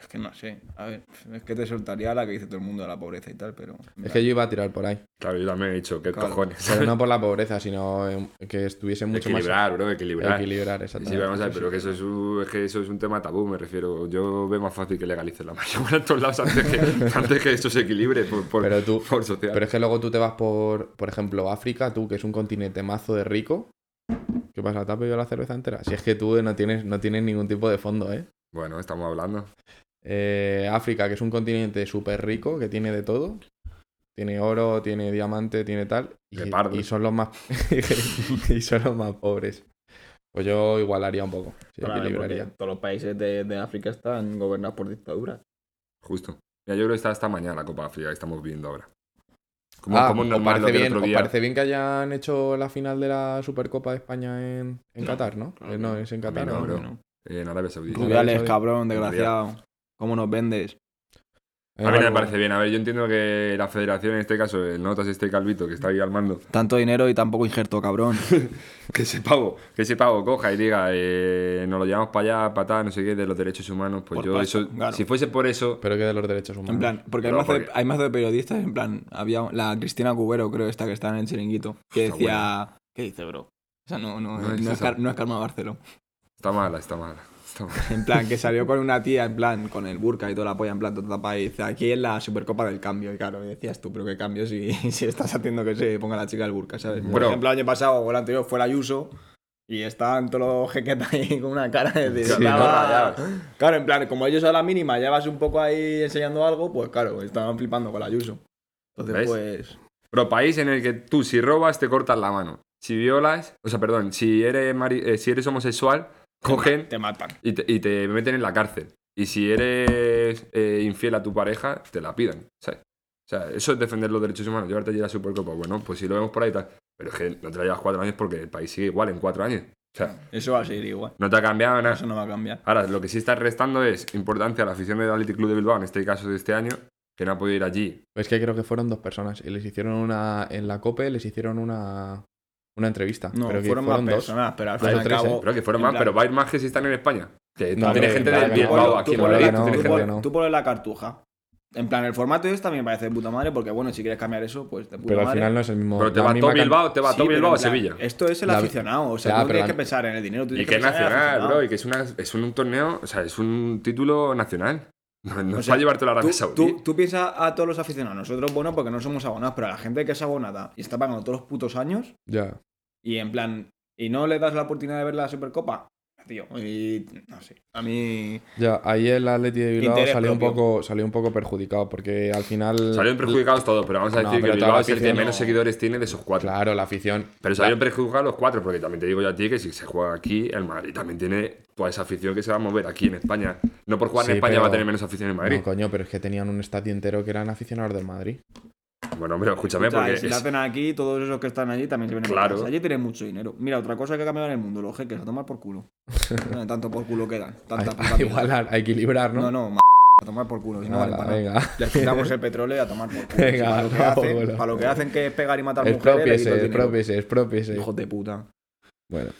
C: Es que no sé, a ver, es que te soltaría la que dice todo el mundo de la pobreza y tal, pero...
B: Es que yo iba a tirar por ahí.
D: Claro, yo también he dicho, qué
C: Claro.
D: cojones.
B: Pero no por la pobreza, sino eh, que estuviese mucho más
D: equilibrar, bro, equilibrar.
B: equilibrar.
D: Sí,
B: exactamente.
D: vamos a ver, pero que eso es, un, es que eso es un tema tabú, me refiero. Yo veo más fácil que legalicen la marihuana en todos lados antes que, antes que esto se equilibre por, por,
B: Pero tú-
D: por social.
B: Pero es que luego tú te vas por, por ejemplo, África, tú, que es un continente mazo de rico. ¿Qué pasa? ¿Te has bebido la cerveza entera? Si es que tú no tienes, no tienes ningún tipo de fondo, ¿eh?
D: Bueno, estamos hablando.
B: Eh, África, que es un continente súper rico, que tiene de todo. Tiene oro, tiene diamante, tiene tal. Y,
D: Guepardos.
B: y son los más y son los más pobres. Pues yo igualaría un poco. sí, equilibraría.
C: todos los países de, África están gobernados por dictaduras.
D: Justo. Mira, yo creo que está esta mañana la Copa África que estamos viendo ahora. Como,
B: Ah,
D: como es
B: ¿os,
D: normal lo
B: parece
D: que el
B: bien,
D: otro
B: os
D: día-
B: parece bien que hayan hecho la final de la Supercopa de España en, en Qatar, ¿no?
D: claro
B: Eh,
D: que
B: no,
D: no.
B: es en
D: A mí
B: Qatar.
D: no,
B: ¿no?
D: bro. En Arabia Saudita.
B: Rubiales,
C: Rubiales, cabrón,
D: Rubiales.
C: desgraciado. ¿Cómo nos vendes?
B: Eh,
D: A mí no me
B: algo-
D: parece bien. A ver, yo entiendo que la federación, en este caso, el Notas, este Calvito, que está ahí al mando,
C: Tanto dinero y tampoco injerto, cabrón.
D: que ese pavo, que ese pavo coja y diga, eh, nos lo llevamos para allá, para tal, no sé qué, de los derechos humanos. Pues
C: Por
D: yo,
C: pasta,
D: eso,
C: claro.
D: si fuese por eso,
B: Pero que de los derechos humanos.
C: En plan, porque hay
D: Pero
C: más, de,
D: porque-
C: hay más de periodistas, en plan, había la Cristina Cubero, creo, esta que está en el chiringuito, que
D: Está
C: decía... ¿Qué dice, bro? O sea, no, no,
D: No
C: no
D: es
C: es,
D: esa.
C: Car- no es Karma Barceló.
D: está mala, está mala. Está mala.
C: En plan, que salió con una tía, en plan, con el burka y toda la polla, en plan, toda tapa, y dice, aquí es la Supercopa del Cambio. Y claro, y decías tú, pero qué cambio si, si estás haciendo que se ponga la chica del burka, ¿sabes? Por
D: Bro.
C: ejemplo, el año pasado o el anterior fue la Ayuso y estaban todos los jequetas ahí con una cara de...
D: Sí,
C: estaba-
D: no, rayados.
C: Claro, en plan, como ellos a la mínima llevas un poco ahí enseñando algo, pues claro, estaban flipando con la Ayuso. Entonces,
D: ¿Ves?
C: pues...
D: Pero país en el que tú, si robas, te cortas la mano. Si violas, o sea, perdón, si eres, mari- eh, si eres homosexual, cogen
C: Te matan.
D: y te, y te meten en la cárcel. Y si eres eh, infiel a tu pareja, te la pidan. ¿sabes? O sea, eso es defender los derechos humanos. Llevarte allí la Supercopa, bueno, pues si lo vemos por ahí y tal. Pero es que no te la llevas cuatro años porque el país sigue igual en cuatro años. O sea,
C: Eso va a seguir igual.
D: no te ha cambiado nada.
C: Eso no va a cambiar.
D: Ahora, lo que sí está restando es importancia a la afición del Athletic Club de Bilbao, en este caso de este año, que no ha podido ir allí.
B: Es que creo que fueron dos personas. Y les hicieron una. En la COPE les hicieron una. Una entrevista.
C: No,
B: pero que
C: fueron, más
B: dos.
C: personas, pero al
B: Dos
C: fin y
B: o
C: al
B: tres,
C: cabo...
B: ¿eh?
D: Creo que fueron
C: en
D: más,
C: plan-
D: pero va a ir más que si están en España. Que tú
B: No, hombre,
D: tienes gente
B: claro
D: de
B: que no.
D: Bilbao aquí
C: tú
D: en
B: por
D: Madrid,
B: la-
D: tú
B: no,
D: tienes
B: por la-
D: gente-
B: no.
C: Tú pones la cartuja. En plan, el formato este también me parece de puta madre, porque bueno, si quieres cambiar eso, pues de puta
B: Pero al
C: madre.
B: final no es el mismo.
D: Pero te
B: la
D: va
B: misma
D: todo
B: can-
D: Bilbao, te va
C: Sí,
D: todo
C: pero
D: Bilbao a
C: en plan,
D: Sevilla.
C: Esto es el
B: La-
C: aficionado, o sea,
B: Ya,
C: tú
B: pero
C: tienes
B: la-
C: que pensar en el dinero. Tú
D: Y
C: tienes
D: que es
C: pensar en el
D: nacional,
C: aficionado.
D: bro, y que es, una, es un torneo, o sea, es un título nacional. No, no
C: O
D: es
C: sea,
D: para llevarte la Arabia
C: Tú,
D: Saudí.
C: tú, tú piensas a todos los aficionados. Nosotros, bueno, porque no somos abonados, pero a la gente que es abonada y está pagando todos los putos años
B: Ya.
C: y en plan, y no le das la oportunidad de ver la Supercopa, tío. Y no sé. A mí.
B: Ya, ahí el Atleti de Bilbao
C: Interés
B: salió un,
C: propio.
B: poco, salió un poco perjudicado porque al final.
D: Salieron perjudicados todos, pero vamos a
B: No,
D: decir que
B: pero toda
D: Bilbao
B: la
D: es el que
B: afición
D: menos
B: no-
D: seguidores tiene de esos cuatro.
B: Claro, la afición.
D: Pero salieron perjudicados los cuatro, porque también te digo yo a ti que si se juega aquí, el Madrid también tiene toda esa afición que se va a mover aquí en España. No por jugar
B: Sí,
D: en España
B: pero-
D: va a tener menos afición en Madrid.
B: No, coño, pero es que tenían un estadio entero que eran aficionados del Madrid.
D: Bueno, hombre, escúchame,
C: Escucha,
D: porque
C: y si
D: es-
C: la hacen aquí, todos esos que están allí también se vienen
D: Claro.
C: para casa. Allí tienen mucho dinero. Mira, otra cosa que ha cambiado en el mundo, los jeques, a tomar por culo. No, tanto por culo quedan.
B: A,
C: Tanta
B: a
C: puta mierda.
B: igualar, a equilibrar, ¿no?
C: No, no, m- a tomar por culo. Si no vale
B: Ala,
C: para nada.
B: venga.
C: Les quitamos el petróleo y a tomar por culo.
B: Venga,
C: Si para, lo que
B: no,
C: hacen,
B: bueno.
C: para lo que hacen que es pegar y matar mujeres, les quito
B: Expropiese,
C: el dinero.
B: expropiese, expropiese.
C: Hijos de puta.
B: Bueno.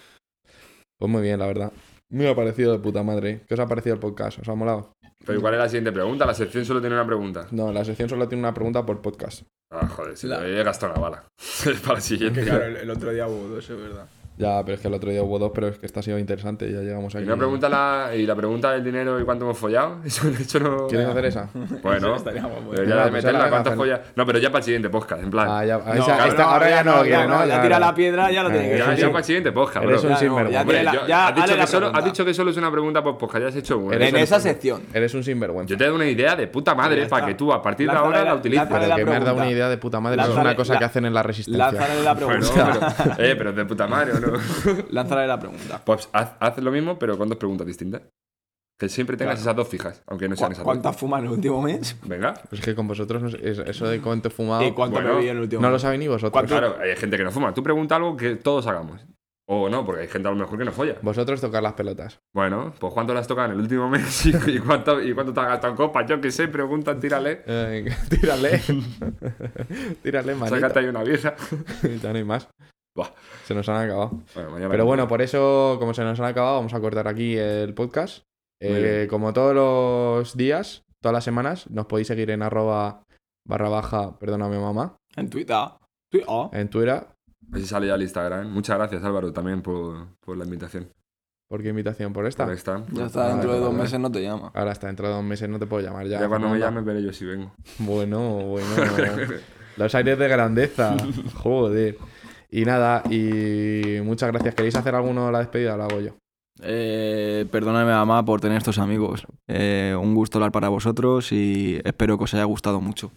B: Pues muy bien, la verdad. Muy ha parecido de puta madre. ¿Qué os ha parecido el podcast? ¿Os ha molado?
D: Pero ¿cuál es la siguiente pregunta? La sección solo tiene una pregunta.
B: No, la sección solo tiene una pregunta por podcast.
D: Ah, joder, sí,
C: La-
D: he gastado una bala. Para la siguiente.
C: el, otro día hubo dos, es verdad.
B: Ya, pero es que el otro día hubo dos, pero es que esta ha sido interesante. Ya llegamos
D: Y
B: aquí.
D: una pregunta la, y la pregunta del dinero y cuánto hemos follado. Eso, eso no.
B: ¿Quieres hacer esa?
D: Bueno,
C: estaría guapo.
D: debería
B: Venga,
D: de
B: pues ahora
D: meterla
B: venga,
D: cuánto
B: Fer.
D: folla. No, pero ya para el siguiente podcast, en plan.
B: Ah, ya, esa-
D: cabrón,
B: esta- ahora ya no, lo quiere, ¿no?
C: Ya, tira la piedra, ya lo tiene que
B: Eh,
D: ya,
C: decir.
D: ya para el siguiente podcast, bro.
B: Eres un
C: Ya, no,
B: sinvergüenza.
C: ya tiene la-
D: Hombre, yo-
C: ya,
D: has, dicho
C: dale
D: que
C: la
D: solo,
C: pregunta.
D: has dicho que solo es una pregunta por podcast, ya has hecho una.
B: Eres
C: En
B: un-
C: esa sección.
B: Eres un sinvergüenza.
D: Yo te doy una idea de puta madre
C: Ya está.
D: para que tú a partir de
C: Lánzale
D: ahora
C: la-
D: la utilices.
C: lánzale
B: Pero que me has dado
C: pregunta.
B: una idea de puta madre. eso es
C: Lánzale
B: una cosa
C: la-
B: que hacen en la resistencia.
C: Lánzale la
D: Bueno,
C: pregunta.
D: pero, eh, pero es de puta madre, ¿o no?
C: Lánzale la pregunta.
D: Pues haz, haz lo mismo, pero con dos preguntas distintas. Que siempre tengas esas dos fijas, aunque no sean esas
C: ¿Cuántas
D: dos.
C: fumas en el último mes?
D: Venga.
B: Pues es que con vosotros, no sé, es- eso de cuánto he fumado,
C: ¿Y cuánto
D: bueno,
C: me en el último
B: no lo
C: mes?
B: sabéis ni vosotros.
C: ¿Cuánto?
D: Claro, hay gente que no fuma. Tú pregunta algo que todos hagamos. O no, porque hay gente a lo mejor que no folla.
B: Vosotros tocar las pelotas.
D: Bueno, pues cuánto las tocan en el último mes y y cuánto, y cuánto te has gastado en copas. Yo qué sé, pregunta, tírale.
B: Eh, tírale. tírale,
D: Sácate
B: manita.
D: ahí una vieja.
B: ya no hay más.
D: Buah.
B: Se nos han acabado.
D: Bueno, mañana.
B: Pero bueno, por eso, como se nos han acabado, vamos a cortar aquí el podcast.
D: Muy
B: Eh,
D: bien.
B: como todos los días, todas las semanas, nos podéis seguir en arroba barra baja, perdóname mamá,
C: En Twitter. oh. Twitter.
B: en Twitter.
D: A ver si sale ya el Instagram. Muchas gracias, Álvaro, también por, por la invitación.
B: ¿Por qué invitación? ¿Por esta?
D: Por esta.
C: Ya está,
B: Ah,
C: dentro
B: vale,
C: de dos
B: vale.
C: meses no te llama.
B: Ahora hasta dentro de dos meses no te puedo llamar ya.
D: Ya cuando me
B: Fernando.
D: llames veré yo si vengo.
B: Bueno, bueno. los aires de grandeza. Joder. Y nada, y muchas gracias. ¿Queréis hacer alguno la despedida? Lo hago yo.
C: Eh, perdóname, mamá, por tener estos amigos. Eh, un gusto hablar para vosotros y espero que os haya gustado mucho.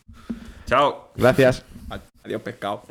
D: Chao.
B: Gracias.
C: é Adiós, pescado.